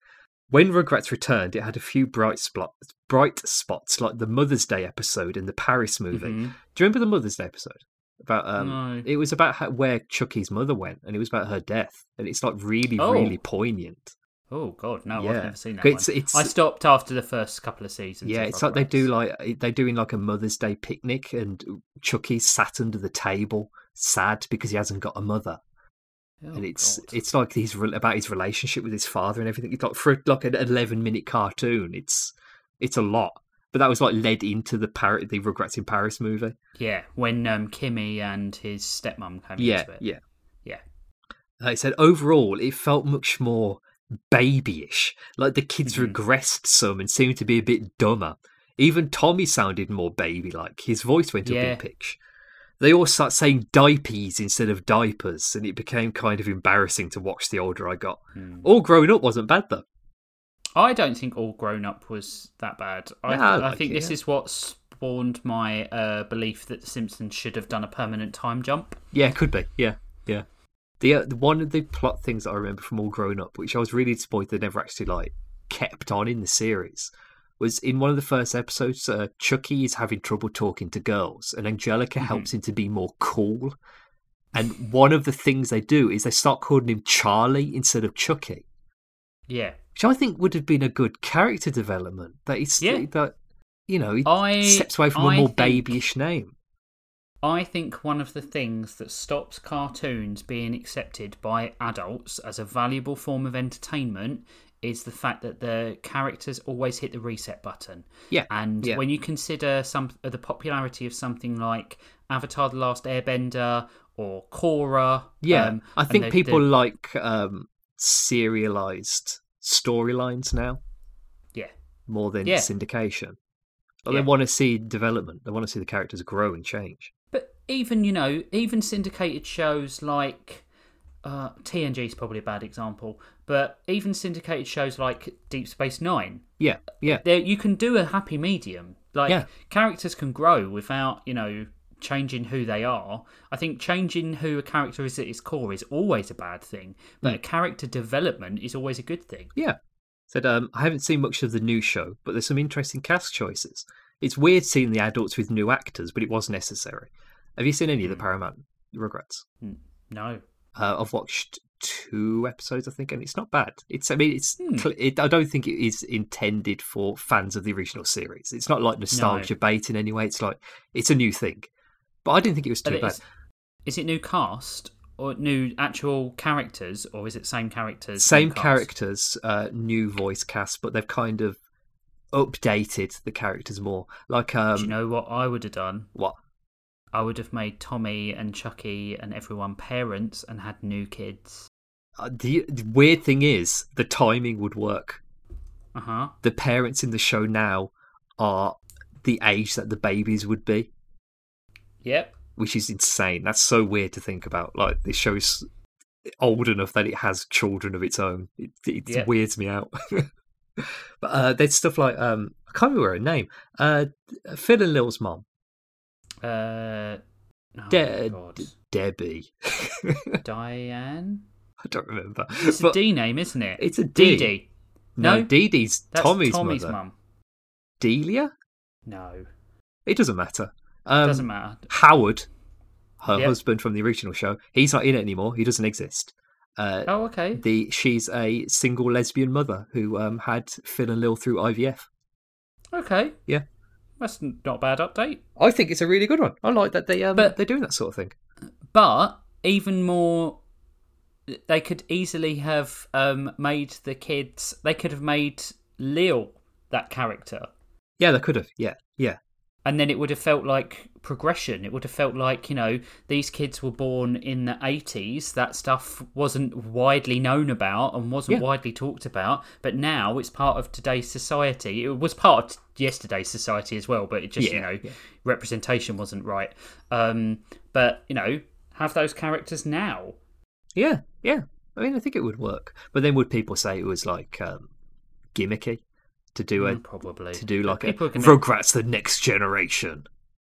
B: When Rugrats returned, it had a few bright spots, bright spots like the Mother's Day episode in the Paris movie. Do you remember the Mother's Day episode? About um,
A: Mm-hmm. No.
B: it was about how, where Chucky's mother went, and it was about her death, and it's like really,
A: Oh.
B: really poignant.
A: Oh god, no,
B: Yeah.
A: I've never seen that.
B: It's-
A: one.
B: it's-
A: I stopped after the first couple of seasons.
B: Yeah,
A: of
B: it's like they do
A: Rugrats.
B: like eh, they're doing like a Mother's Day picnic, and Chucky sat under the table, sad because he hasn't got a mother,
A: Oh,
B: and it's
A: God.
B: it's like his re- about his relationship with his father and everything. It's like for like an eleven minute cartoon, it's it's a lot. But that was like led into the Par- the Rugrats in Paris movie.
A: yeah when um, Kimmy and his stepmom came
B: Yeah,
A: into it.
B: yeah.
A: yeah.
B: Like I said, overall, it felt much more babyish. Like the kids
A: Mm-hmm.
B: regressed some and seemed to be a bit dumber. Even Tommy sounded more baby like. His voice went up
A: Yeah.
B: in pitch. They all start saying diapies instead of diapers, and it became kind of embarrassing to watch the older I got.
A: Hmm.
B: All grown up wasn't bad though.
A: I don't think all grown up was that bad. I,
B: No, I
A: I,
B: like
A: think
B: it,
A: this
B: yeah.
A: is what spawned my uh, belief that The Simpsons should have done a permanent time jump.
B: Yeah, could be. Yeah, yeah. The, uh, the one of the plot things that I remember from all grown up, which I was really disappointed they never actually like kept on in the series, was in one of the first episodes. Uh, Chucky is having trouble talking to girls, and Angelica
A: Mm-hmm.
B: helps him to be more cool. And one of the things they do is they start calling him Charlie instead of Chucky,
A: Yeah,
B: which I think would have been a good character development. That he's
A: Yeah.
B: that you know he
A: I-
B: steps away from a
A: I
B: more
A: think-
B: babyish name.
A: I think one of the things that stops cartoons being accepted by adults as a valuable form of entertainment is the fact that the characters always hit the reset button.
B: Yeah,
A: And
B: yeah.
A: when you consider some uh, the popularity of something like Avatar the Last Airbender or Korra,
B: Yeah,
A: um,
B: I
A: and
B: think
A: the-
B: people
A: the-
B: like um, serialized storylines now
A: yeah.
B: more than
A: Yeah.
B: syndication. Like
A: Yeah.
B: They want to see development. They want to see the characters grow and change.
A: But even you know, even syndicated shows like uh, TNG is probably a bad example, but even syndicated shows like Deep Space Nine,
B: Yeah, yeah,
A: there you can do a happy medium. Like
B: Yeah.
A: characters can grow without you know changing who they are. I think changing who a character is at its core is always a bad thing,
B: Hmm.
A: but character development is always a good thing.
B: yeah. Said um, I haven't seen much of the new show, but there's some interesting cast choices. It's weird seeing the adults with new actors, but it was necessary. Have you seen any of
A: Hmm.
B: the Paramount Regrets?
A: No,
B: Uh, I've watched two episodes, I think, and it's not bad. It's, I mean, it's.
A: Hmm.
B: Cl- it, I don't think it is intended for fans of the original series. It's not like nostalgia bait in any way. It's like it's a new thing, but I didn't think it was
A: And
B: too
A: it
B: bad.
A: is- Is it new cast or new actual characters, or is it same characters?
B: Same
A: new cast?
B: characters, uh, new voice cast, but they've kind of updated the characters more. Like, um,
A: Do you know what I would have done?
B: what?
A: I would have made Tommy and Chucky and everyone parents and had new kids.
B: Uh, the, the weird thing is, the timing would work.
A: Uh huh.
B: The parents in the show now are the age that the babies would be.
A: Yep.
B: which is insane. That's so weird to think about. Like this show's old enough that it has children of its own. It, it
A: Yeah.
B: weirds me out. but uh, there's stuff like um, I can't remember her name. Uh, Phil and Lil's mom,
A: Uh. Oh,
B: De-
A: God.
B: Debbie. I
A: Diane.
B: don't remember.
A: It's a
B: But
A: D name, isn't it?
B: It's a
A: Dee
B: D.
A: Dee.
B: No,
A: no.
B: Dee Dee's
A: That's
B: Tommy's,
A: Tommy's
B: mother.
A: mum.
B: Delia.
A: No,
B: It doesn't matter. Um,
A: doesn't matter.
B: Howard, her
A: Yeah.
B: husband from the original show, he's not in it anymore. He doesn't exist. Uh,
A: Oh, okay.
B: the she's a single lesbian mother who um, had Phil and Lil through IVF.
A: Okay,
B: Yeah,
A: that's not a bad update.
B: I think it's a really good one. I like that they um,
A: But-
B: they're doing that sort of thing.
A: but even more they could easily have um, made the kids they could have made lil that character
B: Yeah, they could have. Yeah, yeah,
A: and then it would have felt like progression it would have felt like you know these kids were born in the 80s that stuff wasn't widely known about and wasn't
B: Yeah.
A: widely talked about but now it's part of today's society it was part of yesterday's society as well but it just you
B: Yeah,
A: know
B: yeah.
A: representation wasn't right um but you know have those characters now
B: yeah, yeah. I mean, I think it would work. But then would people say it was like um, gimmicky to do a
A: probably
B: to do like
A: people
B: a
A: are gonna,
B: Rugrats the next generation?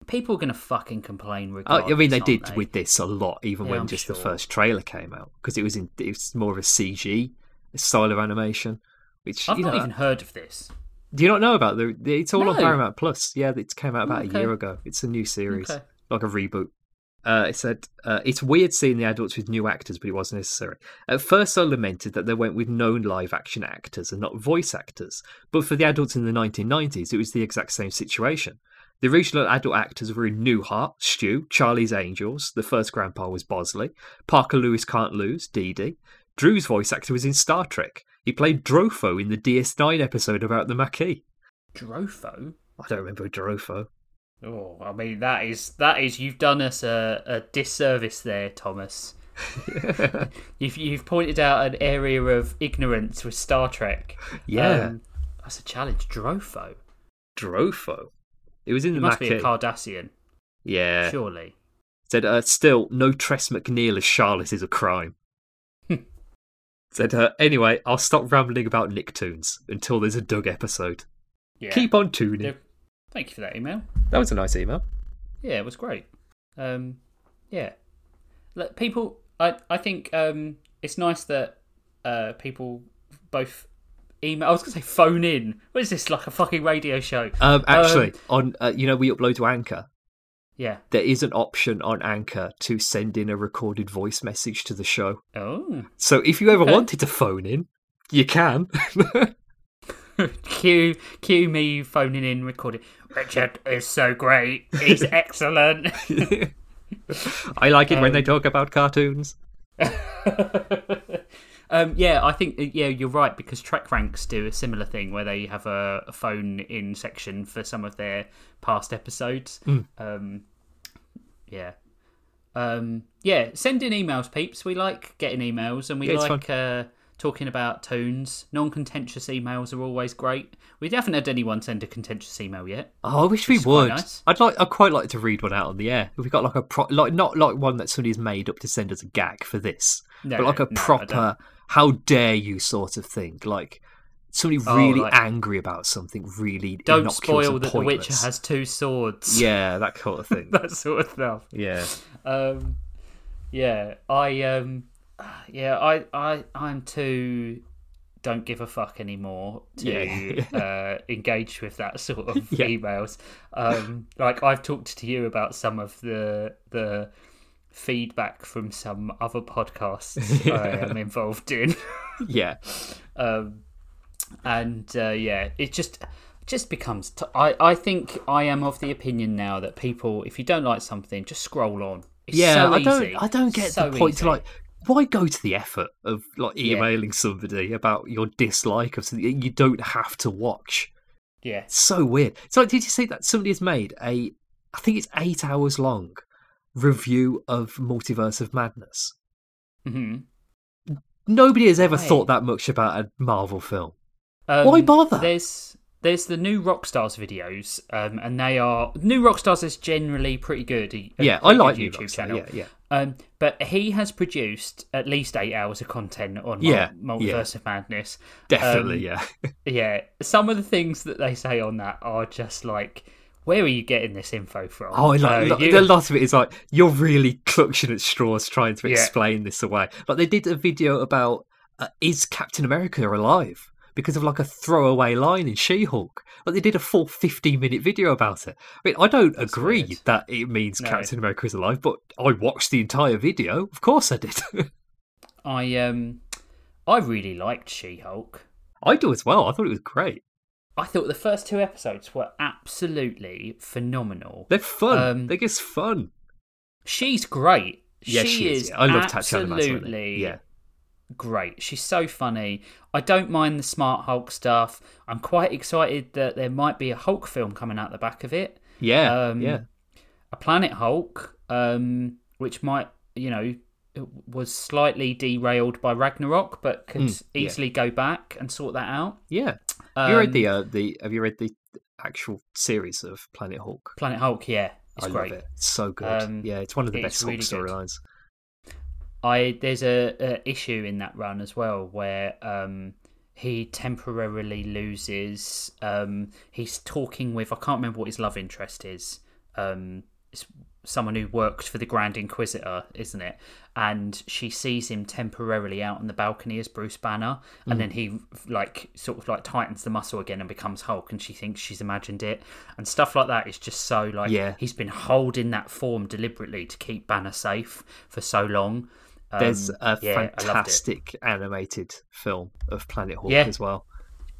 A: people are going to fucking complain.
B: Oh,
A: Regardless,
B: I mean, they
A: aren't
B: did
A: they?
B: with this a lot, even
A: Yeah,
B: when
A: I'm
B: just the
A: sure.
B: first trailer came out, because it was in it was more of a CG style of animation. Which
A: I've
B: you
A: not
B: know,
A: even heard of this.
B: do you not know about the? the- It's all on
A: No.
B: Paramount Plus. Yeah, it came out about
A: Okay.
B: a year ago. It's a new series,
A: Okay.
B: like a reboot. Uh, it said uh, it's weird seeing the adults with new actors, but it wasn't necessary. At first, I lamented that they went with known live-action actors and not voice actors. But for the adults in the 1990s, it was the exact same situation. The original adult actors were in Newhart, Stew, Charlie's Angels. The first grandpa was Bosley. Parker Lewis can't lose, Dee Dee. Drew's voice actor was in Star Trek. He played Drofo in the DS9 episode about the Maquis.
A: Drofo.
B: I don't remember Drofo.
A: Oh, I mean that is that is you've done us a, a disservice there, Thomas. you've you've pointed out an area of ignorance with Star Trek.
B: Yeah.
A: Um, that's a challenge. Drofo.
B: Drofo. It was in
A: He
B: the
A: must be a
B: Maquis.
A: Cardassian,
B: yeah.
A: surely.
B: Said uh, still no Tress McNeil as Charlotte is a crime.
A: Hmm.
B: Said uh, anyway, I'll stop rambling about Nicktoons until there's a Doug episode.
A: Yeah.
B: Keep on tuning.
A: Yeah. Thank you for that email.
B: That was a nice email.
A: Yeah, it was great. Um, yeah, Look, people. I I think um, it's nice that uh, people both email. I was gonna say phone in. What is this like a fucking radio show?
B: Um, actually,
A: Um,
B: on uh, you know we upload to Anchor.
A: yeah.
B: There is an option on Anchor to send in a recorded voice message to the show.
A: Oh,
B: So if you ever
A: Okay.
B: wanted to phone in, you can.
A: cue cue me phoning in, recording. Richard is so great. He's excellent.
B: I like it when they talk about cartoons.
A: um, yeah, I think yeah you're right because Trek Ranks do a similar thing where they have a, a phone in section for some of their past episodes.
B: Hmm.
A: Um, yeah, um, yeah. Send in emails, peeps. We like getting emails and we
B: Yeah, it's
A: like uh, talking about tunes. Non-contentious emails are always great. We haven't had anyone send a contentious email yet.
B: Oh, I wish we
A: It's quite
B: would.
A: nice.
B: I'd like. I'd quite like to read one out on the air. If we got like a pro, like not like one that somebody's made up to send as a gag for this,
A: No,
B: but like
A: no,
B: a
A: no, I
B: proper "how dare you" sort of thing. Like somebody
A: Oh,
B: really
A: like-
B: angry about something really
A: Don't
B: innocuous
A: spoil
B: and
A: that the Witcher
B: pointless.
A: has two swords.
B: Yeah, that kind of thing.
A: that sort of stuff.
B: yeah.
A: um yeah i um yeah i i i'm too don't give a fuck anymore to uh engage with that sort of
B: Yeah.
A: emails um like i've talked to you about some of the the feedback from some other podcasts i am involved in
B: Yeah.
A: um, and uh, yeah, it just just becomes. T- I I think I am of the opinion now that people, if you don't like something, just scroll on. It's
B: Yeah.
A: so
B: I don't
A: easy.
B: I don't get
A: So
B: the point
A: easy.
B: to like why go to the effort of like emailing somebody about your dislike of something that you don't have to watch.
A: yeah,
B: so weird. So like, did you see that somebody has made a I think it's eight hours long review of Multiverse of Madness.
A: hmm
B: Nobody has ever
A: Why?
B: thought that much about a Marvel film.
A: Um,
B: Why bother?
A: There's there's the new Rockstars videos, um, and they are new Rockstars is generally pretty good. He- a
B: yeah, I
A: pretty good
B: like New
A: YouTube
B: Rockstar,
A: channel.
B: Yeah, yeah.
A: Um, but he has produced at least eight hours of content on
B: Yeah,
A: Mul-
B: yeah.
A: Multiverse of Madness.
B: Definitely,
A: Um,
B: yeah.
A: Yeah, some of the things that they say on that are just like, where are you getting this info from?
B: Oh, I like,
A: Uh,
B: lo-
A: you-
B: a lot of it is like you're really clutching at straws trying to
A: Yeah.
B: explain this away. Like they did a video about uh, is Captain America alive because of like a throwaway line in She-Hulk. Like they did a full 15-minute video about it. I mean, I don't agree
A: weird.
B: that it means
A: No.
B: Captain America is alive, but I watched the entire video. Of course, I did.
A: I um, I really liked She-Hulk.
B: I do as well. I thought it was great.
A: I thought the first two episodes were absolutely phenomenal.
B: They're fun.
A: Um,
B: They're just fun.
A: She's great.
B: Yeah, she, is. yeah. I love Tatiana Maslany.
A: absolutely
B: Yeah,
A: great. She's so funny. I don't mind the Smart Hulk stuff. I'm quite excited that there might be a Hulk film coming out the back of it.
B: yeah,
A: Um,
B: yeah.
A: a Planet Hulk, um, which might, you know, was slightly derailed by Ragnarok, but could
B: Mm, yeah.
A: easily go back and sort that out.
B: Yeah. Have you read
A: Um,
B: the uh, the Have you read the actual series of Planet Hulk?
A: Planet Hulk? Yeah, it's
B: I
A: great.
B: love it. It's so good.
A: Um,
B: yeah, it's one of the
A: it's
B: best
A: really
B: Hulk
A: good.
B: storylines.
A: I there's a, a issue in that run as well where um, he temporarily loses. Um, he's talking with I can't remember what his love interest is. Um, it's someone who works for the Grand Inquisitor, isn't it? And she sees him temporarily out on the balcony as Bruce Banner,
B: Hmm.
A: and then he like sort of like tightens the muscle again and becomes Hulk, and she thinks she's imagined it and stuff like that. Is just so like
B: Yeah.
A: he's been holding that form deliberately to keep Banner safe for so long. Um,
B: There's a
A: yeah, I loved it.
B: fantastic animated film of Planet Hawk
A: Yeah.
B: as well.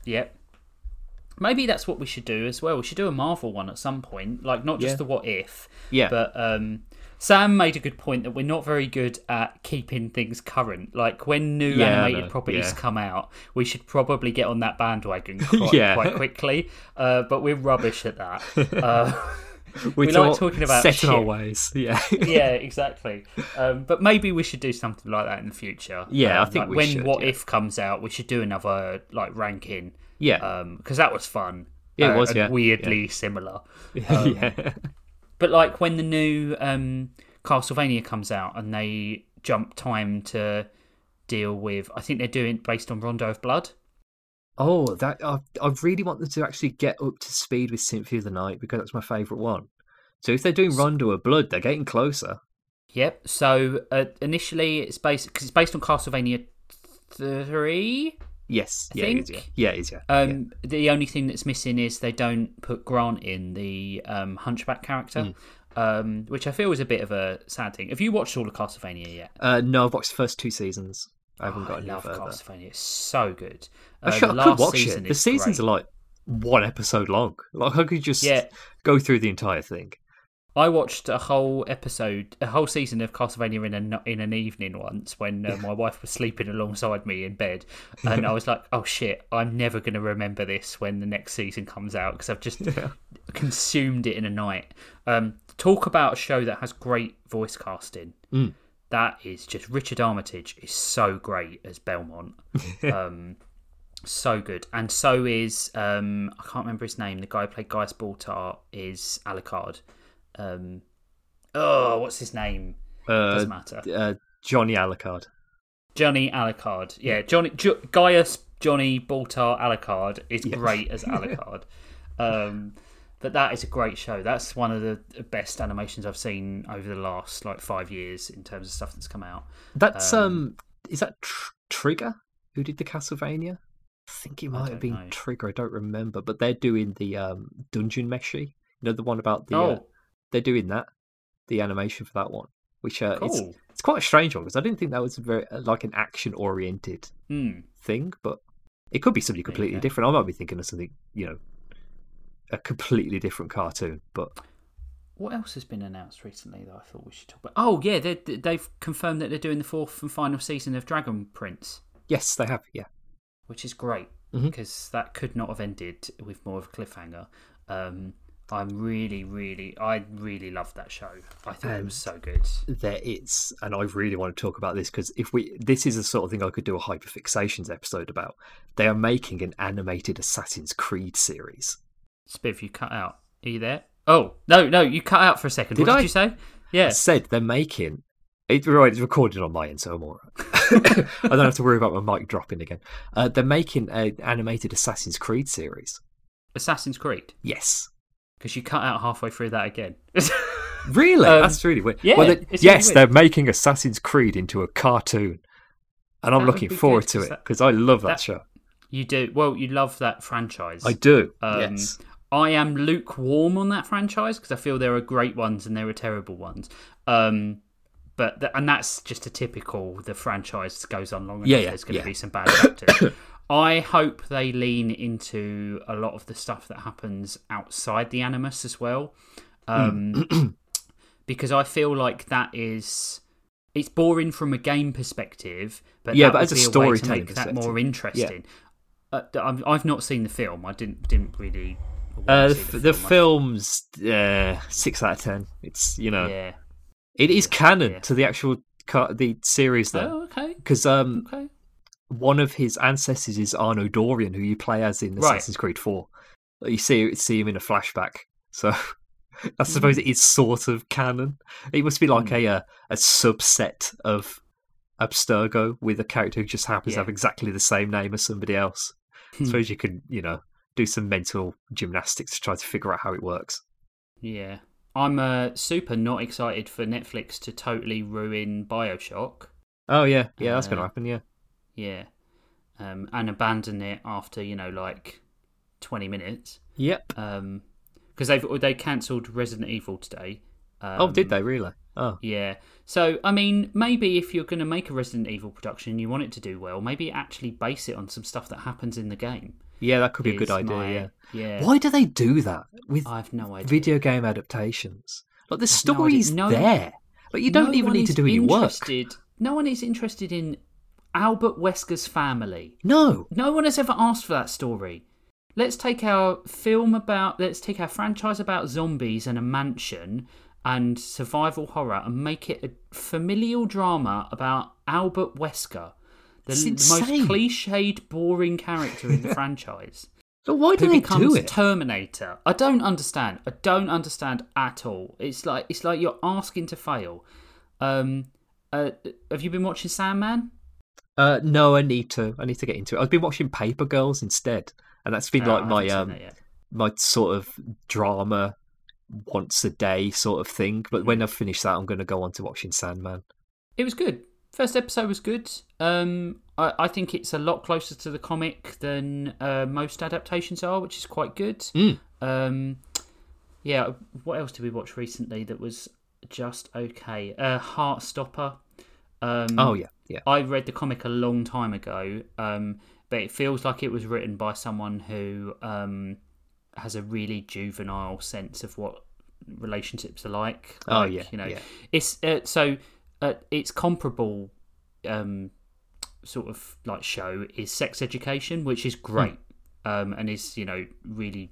A: Yep. Maybe that's what we should do as well. We should do a Marvel one at some point, like not just
B: Yeah.
A: the what if.
B: Yeah.
A: But um, Sam made a good point that we're not very good at keeping things current. Like when new
B: Yeah, I
A: animated
B: know.
A: properties
B: Yeah.
A: come out, we should probably get on that bandwagon quite,
B: Yeah.
A: quite quickly. Uh, but we're rubbish at that. Uh,
B: We're
A: We like
B: not
A: talking about
B: set in our
A: shit.
B: ways. Yeah.
A: yeah, exactly. Um, but maybe we should do something like that in the future.
B: Yeah, I
A: Um,
B: think
A: like
B: we
A: when
B: should,
A: what
B: yeah.
A: if comes out, we should do another like ranking.
B: Yeah.
A: because um, that was fun. Uh,
B: Yeah, it was,
A: and
B: yeah.
A: Weirdly similar, um,
B: yeah.
A: but like when the new um, Castlevania comes out and they jump time to deal with, I think they're doing based on Rondo of Blood.
B: Oh, that I, I really want them to actually get up to speed with Symphony of the Night because that's my favourite one. So if they're doing Rondo of Blood, they're getting closer.
A: Yep. So uh, initially, it's based because it's based on Castlevania three.
B: Yes,
A: I
B: yeah, it is,
A: think-
B: yeah, yeah, it is, yeah. yeah.
A: Um, The only thing that's missing is they don't put Grant in the um, Hunchback
B: Hmm.
A: character, um, which I feel is a bit of a sad thing. Have you watched all of Castlevania yet?
B: Uh, no, I've watched the first two seasons. I haven't
A: Oh,
B: got
A: I
B: any
A: love
B: further.
A: Castlevania. It's so good. Uh,
B: Actually,
A: the
B: I could
A: last
B: watch
A: season
B: it. The
A: is
B: seasons
A: great.
B: are like one episode long. Like I could just
A: Yeah.
B: go through the entire thing.
A: I watched a whole episode, a whole season of Castlevania in a no- in an evening once when uh, my wife was sleeping alongside me in bed, and I was like, "Oh shit, I'm never going to remember this when the next season comes out because I've just consumed it in a night." Um, talk about a show that has great voice casting. That is just Richard Armitage is so great as Belmont, um, so good, and so is um, I can't remember his name. The guy who played Gaius Baltar is Alucard um oh what's his name
B: Uh,
A: doesn't matter
B: uh, Johnny Alucard.
A: johnny alucard yeah johnny jo- gaius johnny baltar alucard is great as alucard um but that is a great show that's one of the best animations i've seen over the last like five years in terms of stuff that's come out
B: That's um, is that tr- Trigger who did the Castlevania? I think it might have
A: don't
B: been
A: know.
B: Trigger. I don't remember, but they're doing the um Dungeon Meshi. You know the one about the. Uh,
A: oh
B: they're doing that, the animation for that one, which uh, it's
A: Cool.
B: it's quite a strange one because I didn't think that was a very uh, like an action oriented
A: mm,
B: thing, but it could be something completely
A: go.
B: different. I might be thinking of something, you know, a completely different cartoon, but
A: what else has been announced recently that i thought we should talk about oh yeah they they've confirmed that they're doing the fourth and final season of dragon prince
B: yes, they have. Yeah,
A: which is great
B: Mhm.
A: because that could not have ended with more of a cliffhanger. Um, I'm really, really, I really loved that show. I thought it was so good.
B: there is, and I really want to talk about this because if we, this is the sort of thing I could do a hyperfixations episode about. They are making an animated Assassin's Creed series.
A: Spiv, you cut out. Are you there? Oh no, no, you cut out for a second.
B: Did
A: what
B: I?
A: did you say?
B: I
A: Yeah,
B: said they're making. It, right, it's recorded on my end, so I'm all right. I don't have to worry about my mic dropping again. Uh, they're making an animated Assassin's Creed series.
A: Assassin's Creed.
B: Yes.
A: Because you cut out halfway through that again.
B: Really?
A: Um,
B: That's really weird.
A: yeah,
B: well, they-
A: it's really
B: yes,
A: weird.
B: they're making Assassin's Creed into a cartoon. And I'm
A: That would
B: looking
A: be
B: forward
A: good,
B: to
A: 'cause
B: it
A: that-
B: because I love that,
A: that-
B: show.
A: you do well. You love that franchise.
B: I do.
A: Um,
B: yes.
A: I am lukewarm on that franchise because I feel there are great ones and there are terrible ones. Um, but th- and that's just a typical. The franchise goes on long enough.
B: Yeah, yeah,
A: there's going to
B: yeah.
A: be some bad chapters. I hope they lean into a lot of the stuff that happens outside the animus as well, um,
B: Mm.
A: because I feel like that is it's boring from a game perspective. But
B: Yeah,
A: that
B: but
A: would
B: as a
A: be way to
B: storytelling
A: make that
B: perspective,
A: more
B: yeah.
A: interesting uh, I've, I've not seen the film. I didn't didn't really. want to
B: Uh,
A: see
B: the, the film's uh, six out of ten. It's you know
A: I- yeah.
B: it is canon
A: yeah.
B: to the actual car- the series though
A: Oh, okay.
B: because um
A: Okay.
B: one of his ancestors is Arno Dorian, who you play as in
A: Right.
B: Assassin's Creed Four. Like, You see see him in a flashback, so I
A: Hmm.
B: suppose it is sort of canon. It must be like a, a a uh, subset of Abstergo with a character who just happens
A: Yeah. Hmm.
B: to have exactly the same name as somebody else. I suppose you could, you know, do some mental gymnastics to try to figure out how it works.
A: Yeah. I'm uh, super not excited for Netflix to totally ruin Bioshock.
B: Oh yeah, yeah, that's gonna
A: Uh,
B: happen. Yeah,
A: Yeah. Um, and abandon it after, you know, like 20 minutes.
B: yep.
A: Because they've oh, they cancelled Resident Evil today. Um,
B: oh, did they really? Oh,
A: Yeah. So, I mean, maybe if you're going to make a Resident Evil production and you want it to do well, maybe actually base it on some stuff that happens in the game.
B: yeah, that could be a good
A: Is
B: idea.
A: my-
B: yeah.
A: Yeah.
B: Why do they do that with
A: I've no idea.
B: video game adaptations? Like
A: no
B: the
A: idea.
B: story's
A: No-
B: there, but you don't
A: No
B: even
A: one
B: need to
A: is
B: do any work.
A: interested- No one is interested in Albert Wesker's family.
B: No,
A: No one has ever asked for that story. Let's take our film about, let's take our franchise about zombies and a mansion and survival horror and make it a familial drama about Albert Wesker, the,
B: It's
A: the most
B: insane.
A: cliched, boring character in the franchise.
B: but why do
A: who
B: they
A: becomes
B: do it?
A: Terminator. I don't understand. I don't understand at all. It's like it's like you're asking to fail. Um, uh, have you been watching Sandman?
B: Uh, no, I need to. I need to get into it. I've been watching Paper Girls instead, and that's been
A: Oh,
B: like
A: I
B: my
A: haven't seen
B: um
A: that yet.
B: my sort of drama once a day sort of thing. But
A: Hmm.
B: when I've finished that, I'm going to go on to watching Sandman.
A: It was good. First episode was good. Um, I, I think it's a lot closer to the comic than uh, most adaptations are, which is quite good.
B: Hmm.
A: Um, yeah. What else did we watch recently that was just okay? Uh, Heartstopper. Um,
B: Oh yeah, yeah.
A: I read the comic a long time ago, um, but it feels like it was written by someone who um, has a really juvenile sense of what relationships are like.
B: Oh,
A: Like,
B: yeah,
A: you know,
B: yeah.
A: it's uh, so uh, it's comparable um, sort of like show is Sex Education, which is great um, and is you know really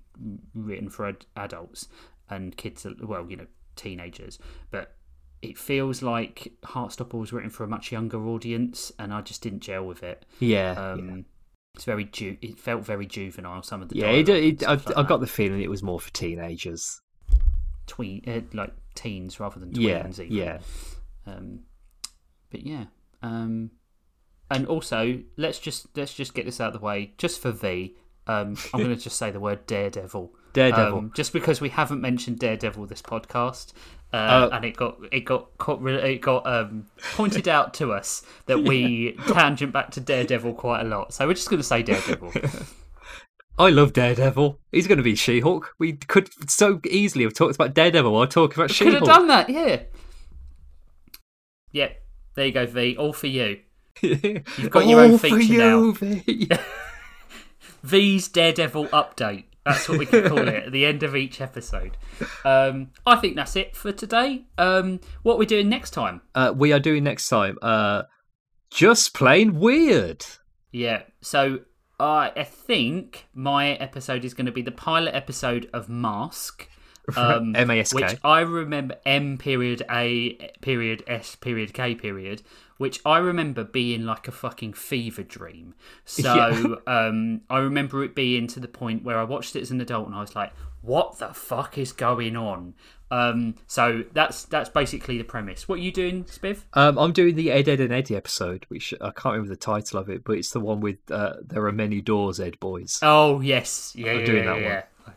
A: written for ad- adults and kids, well you know teenagers, but it feels like Heartstopper was written for a much younger audience, and I just didn't gel with it.
B: Yeah,
A: Um, It's very ju- it felt very juvenile. Some of the
B: yeah. It,
A: dialogue and
B: it, I,
A: stuff like
B: I got
A: that.
B: the feeling it was more for teenagers.
A: tween uh, like teens rather than
B: Yeah,
A: tweens. even.
B: yeah.
A: Um, but yeah, um, and also let's just let's just get this out of the way. Just for V, um, I'm going to just say the word Daredevil.
B: Daredevil.
A: Um, just because we haven't mentioned Daredevil this podcast, uh, and it got it got caught, re- it got um, pointed out to us that we tangent back to Daredevil quite a lot. So we're just going to say Daredevil.
B: I love Daredevil. He's going to be She-Hulk. We could so easily have talked about Daredevil while talking about
A: Could have
B: She-Hulk.
A: done that, yeah. Yep, there you go, V. All for you.
B: You've
A: got your own feature
B: for you,
A: now.
B: V.
A: V's Daredevil update. That's what we can call it at the end of each episode. Um, I think that's it for today. Um, what are we doing next time?
B: uh, we are doing next time. Uh, just plain weird.
A: Yeah. So I I think my episode is going to be the pilot episode of Mask. Um,
B: M.A.S.K..
A: Which I remember M period A period S period K period, which I remember being like a fucking fever dream. So um, I remember it being to the point where I watched it as an adult and I was like, "What the fuck is going on?" Um, so that's that's basically the premise. What are you doing, Spiv?
B: Um, I'm doing the Ed, Ed, and Eddie episode, which I can't remember the title of it, but it's the one with uh, there are many doors, Ed boys.
A: Oh yes, yeah,
B: I'm
A: yeah,
B: doing
A: yeah,
B: that
A: yeah.
B: I'll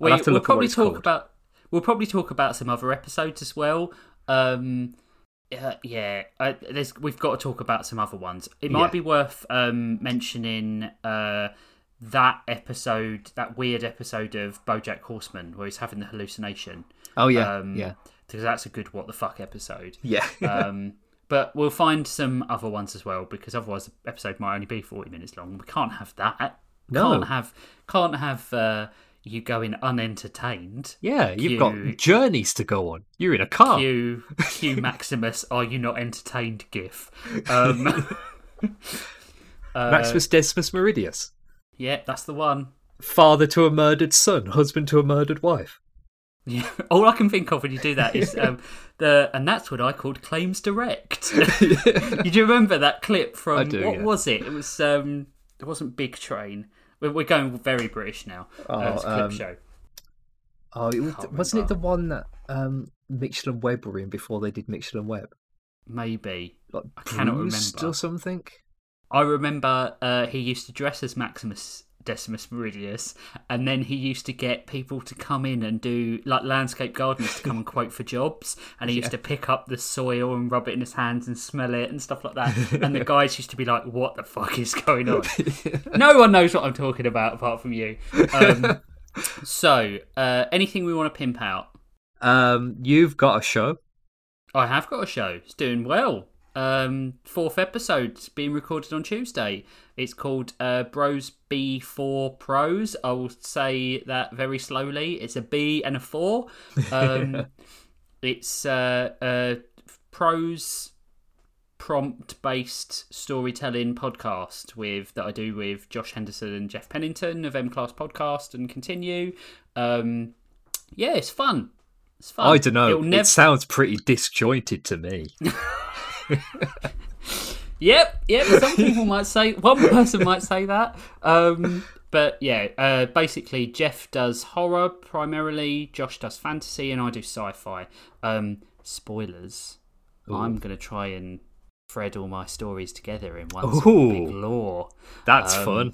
A: We,
B: have to
A: will
B: look at what
A: probably
B: it's
A: talk
B: called.
A: about we'll probably talk about some other episodes as well. Um, uh, yeah, I, there's, we've got to talk about some other ones. It might
B: Yeah.
A: be worth um, mentioning uh, that episode, that weird episode of BoJack Horseman, where he's having the hallucination.
B: oh yeah,
A: um,
B: yeah,
A: because that's a good what the fuck episode.
B: yeah.
A: Um, but we'll find some other ones as well because otherwise the episode might only be forty minutes long. We can't have that.
B: No.
A: can't have can't have uh, you going unentertained.
B: yeah,
A: Cue-
B: you've got journeys to go on. You're in a car.
A: Q Q Maximus, are you not entertained? GIF. Um, uh,
B: Maximus Decimus Meridius,
A: yeah, that's the one.
B: father to a murdered son, husband to a murdered wife.
A: Yeah, all I can think of when you do that is um, the, and that's what I called claims direct. you do remember that clip from
B: I do,
A: what
B: yeah.
A: was it? It was um, it wasn't Big Train. We're, we're going very British now. uh, it's a clip
B: um,
A: show.
B: Oh, it was,
A: Can't
B: wasn't it
A: remember.
B: the one that um, Michelin Web were in before they did Michelin Web?
A: Maybe
B: like
A: I cannot
B: bruised
A: remember.
B: or something.
A: I remember uh, he used to dress as Maximus Decimus Meridius, and then he used to get people to come in and do like landscape gardeners to come and quote for jobs. And he used to pick up the soil and rub it in his hands and smell it and stuff like that. And the guys used to be like, "What the fuck is going on?" no one knows what I'm talking about apart from you. Um, so, uh, anything we want to pimp out?
B: Um, you've got a show.
A: I have got a show. It's doing well. Um, fourth episode's being recorded on Tuesday. It's called uh, Bros B4 Pros. I will say that very slowly. It's a B and a four. Um, it's uh, uh, prose prompt based storytelling podcast with that I do with Josh Henderson and Jeff Pennington of M Class Podcast and Continue. Um, yeah, it's fun. It's fun.
B: I don't know.
A: It'll nev-
B: It sounds pretty disjointed to me.
A: Yep, yep. Some people might say one person might say that, um, but yeah. Uh, basically, Jeff does horror primarily. Josh does fantasy, and I do sci-fi. Um, spoilers. I'm gonna try and thread all my stories together in one sort of big
B: Ooh.
A: lore.
B: That's
A: Um,
B: fun.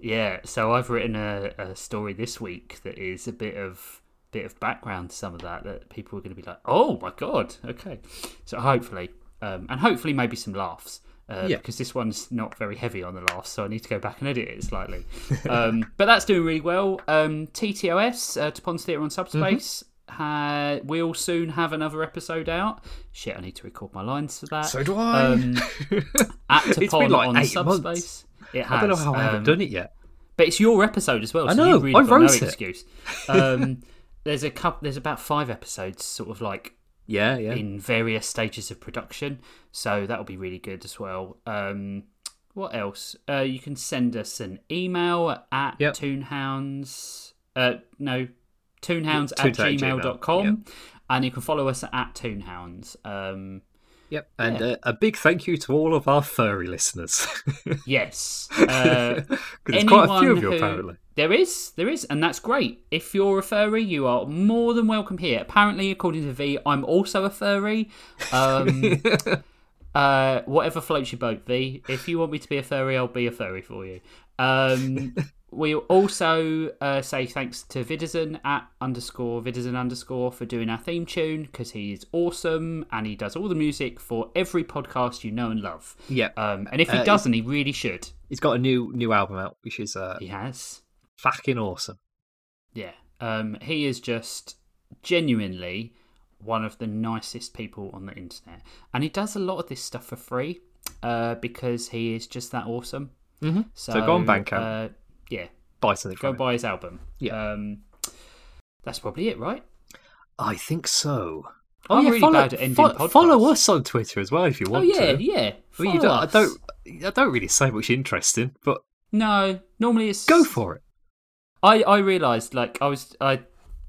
A: Yeah, so I've written a, a story this week that is a bit of bit of background to some of that that people are going to be like, "Oh my god, okay." So hopefully, um, and hopefully maybe some laughs uh,
B: Yeah.
A: because this one's not very heavy on the laughs, so I need to go back and edit it slightly. um, but that's doing really well. Um, TTOS, uh, Topon's Theatre on Subspace.
B: Mm-hmm.
A: Uh, we'll soon have another episode out. Shit, I need to record my lines for that. Um,
B: So do I.
A: at
B: been
A: Topon
B: like
A: on
B: eight
A: Subspace.
B: months.
A: It has.
B: I don't know how I
A: um,
B: haven't done it yet.
A: but it's your episode as well.
B: I
A: so
B: know,
A: You really
B: I
A: got no
B: wrote it.
A: excuse. Um, there's a couple. There's about five episodes, sort of like
B: Yeah, yeah.
A: in various stages of production. So that'll be really good as well. Um, what else? Uh, you can send us an email at
B: Yep.
A: toonhounds. Uh, no, toonhounds
B: Yeah,
A: at
B: toonhound,
A: gmail.com.
B: yep.
A: And you can follow us at toonhounds. Um,
B: Yep. And uh, a big thank you to all of our furry listeners.
A: yes. Uh,
B: 'Cause there's quite a few
A: anyone
B: of you,
A: who-
B: apparently.
A: There is, there is, and that's great. If you're a furry, you are more than welcome here. Apparently, according to V, I'm also a furry. Um, uh, whatever floats your boat, V. If you want me to be a furry, I'll be a furry for you. Um, we'll also uh, say thanks to Vidizen at underscore Vidizen underscore for doing our theme tune because he is awesome and he does all the music for every podcast you know and love.
B: Yep.
A: Um, and if he
B: Uh,
A: doesn't, he really should.
B: He's got a new new album out, which is uh,
A: He has.
B: fucking awesome.
A: Yeah. Um, he is just genuinely one of the nicest people on the internet. And he does a lot of this stuff for free uh, because he is just that awesome. Mm-hmm. So,
B: So go on Bandcamp.
A: Uh, yeah.
B: Buy something.
A: Go
B: from it.
A: buy his album.
B: Yeah.
A: Um, that's probably it, right?
B: I think so. Oh,
A: I'm really
B: follow,
A: bad at ending podcasts.
B: Follow us on Twitter as well if you
A: Oh,
B: want
A: yeah,
B: to.
A: yeah.
B: Well,
A: Follow
B: you don't, I
A: us.
B: don't. I don't really say much interesting, but
A: No, normally it's.
B: go for it.
A: I I realized like I was I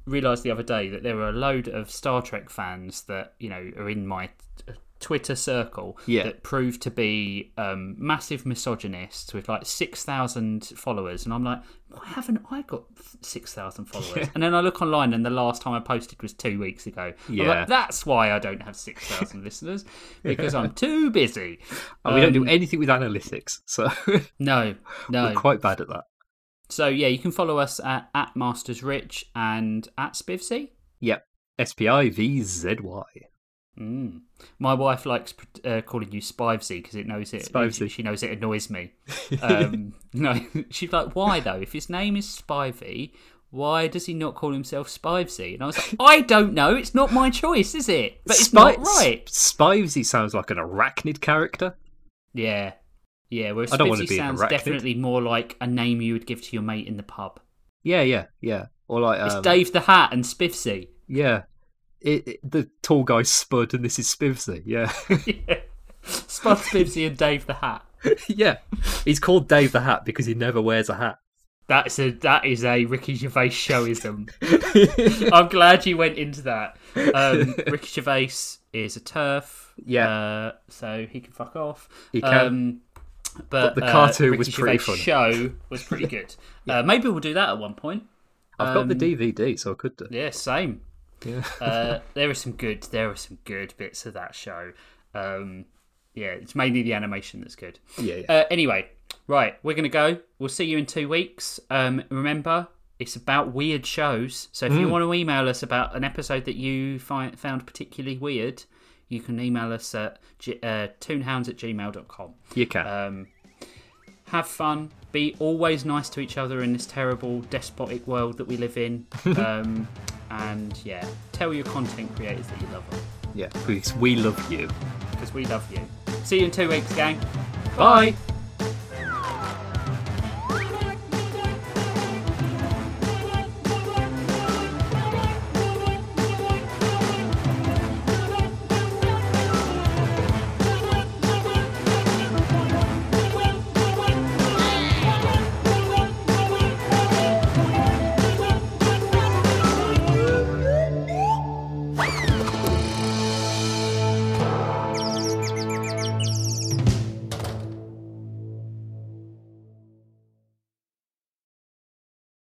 A: realized the other day that there were a load of Star Trek fans that you know are in my t- Twitter circle
B: Yeah.
A: that prove to be um, massive misogynists with like six thousand followers, and I'm like, why haven't I got six thousand followers? And then I look online, and the last time I posted was two weeks ago. I'm like,
B: Yeah.
A: that's why I don't have six thousand listeners because I'm too busy.
B: And we don't do
A: Um,
B: anything with analytics, so
A: no, no.
B: we're quite bad at that.
A: So yeah, you can follow us at, at Masters Rich and at Spivsy.
B: Yep. S P I V Z Y.
A: Mm. My wife likes uh, calling you Spivesy because it knows it.
B: Spivesy.
A: She knows it annoys me. Um, no, she's like, why though? If his name is Spivey, why does he not call himself Spivesy? And I was like, I don't know. It's not my choice, is it? But it's not right.
B: Spivesy sounds like an arachnid character.
A: Yeah, yeah. Whereas
B: I don't wanna
A: Spivesy
B: be an
A: sounds
B: arachnid.
A: definitely more like a name you would give to your mate in the pub.
B: Yeah, yeah, yeah. Or like
A: It's
B: um,
A: Dave the Hat and Spivesy.
B: Yeah. It, it- the tall guy Spud, and this is Spivesy. Yeah,
A: yeah, Spud Spivesy and Dave the Hat.
B: yeah. He's called Dave the Hat because he never wears a hat.
A: That's a that is a Ricky Gervais showism. I'm glad you went into that. Um, Ricky Gervais is a turf.
B: Yeah.
A: Uh, so he can fuck off.
B: He can.
A: Um, but,
B: But the
A: uh,
B: cartoon
A: Ricky
B: was
A: Gervais
B: pretty funny.
A: Show was pretty good. uh, maybe we'll do that at one point.
B: I've got the DVD, so I could do.
A: Um, Yeah, same.
B: Yeah.
A: Uh, there are some good. There are some good bits of that show. Um, yeah, it's mainly the animation that's good.
B: Yeah, yeah.
A: Uh, anyway, right, we're gonna go. We'll see you in two weeks. Um, remember, it's about weird shows. So if
B: Hmm.
A: you want to email us about an episode that you find, found particularly weird, you can email us at g- uh, toonhounds at gmail.com.
B: you can.
A: Um, have fun. Be always nice to each other in this terrible, despotic world that we live in. um, and yeah, tell your content creators that you love them
B: yeah, because we love you.
A: because we love you. See you in two weeks, gang.
B: Bye.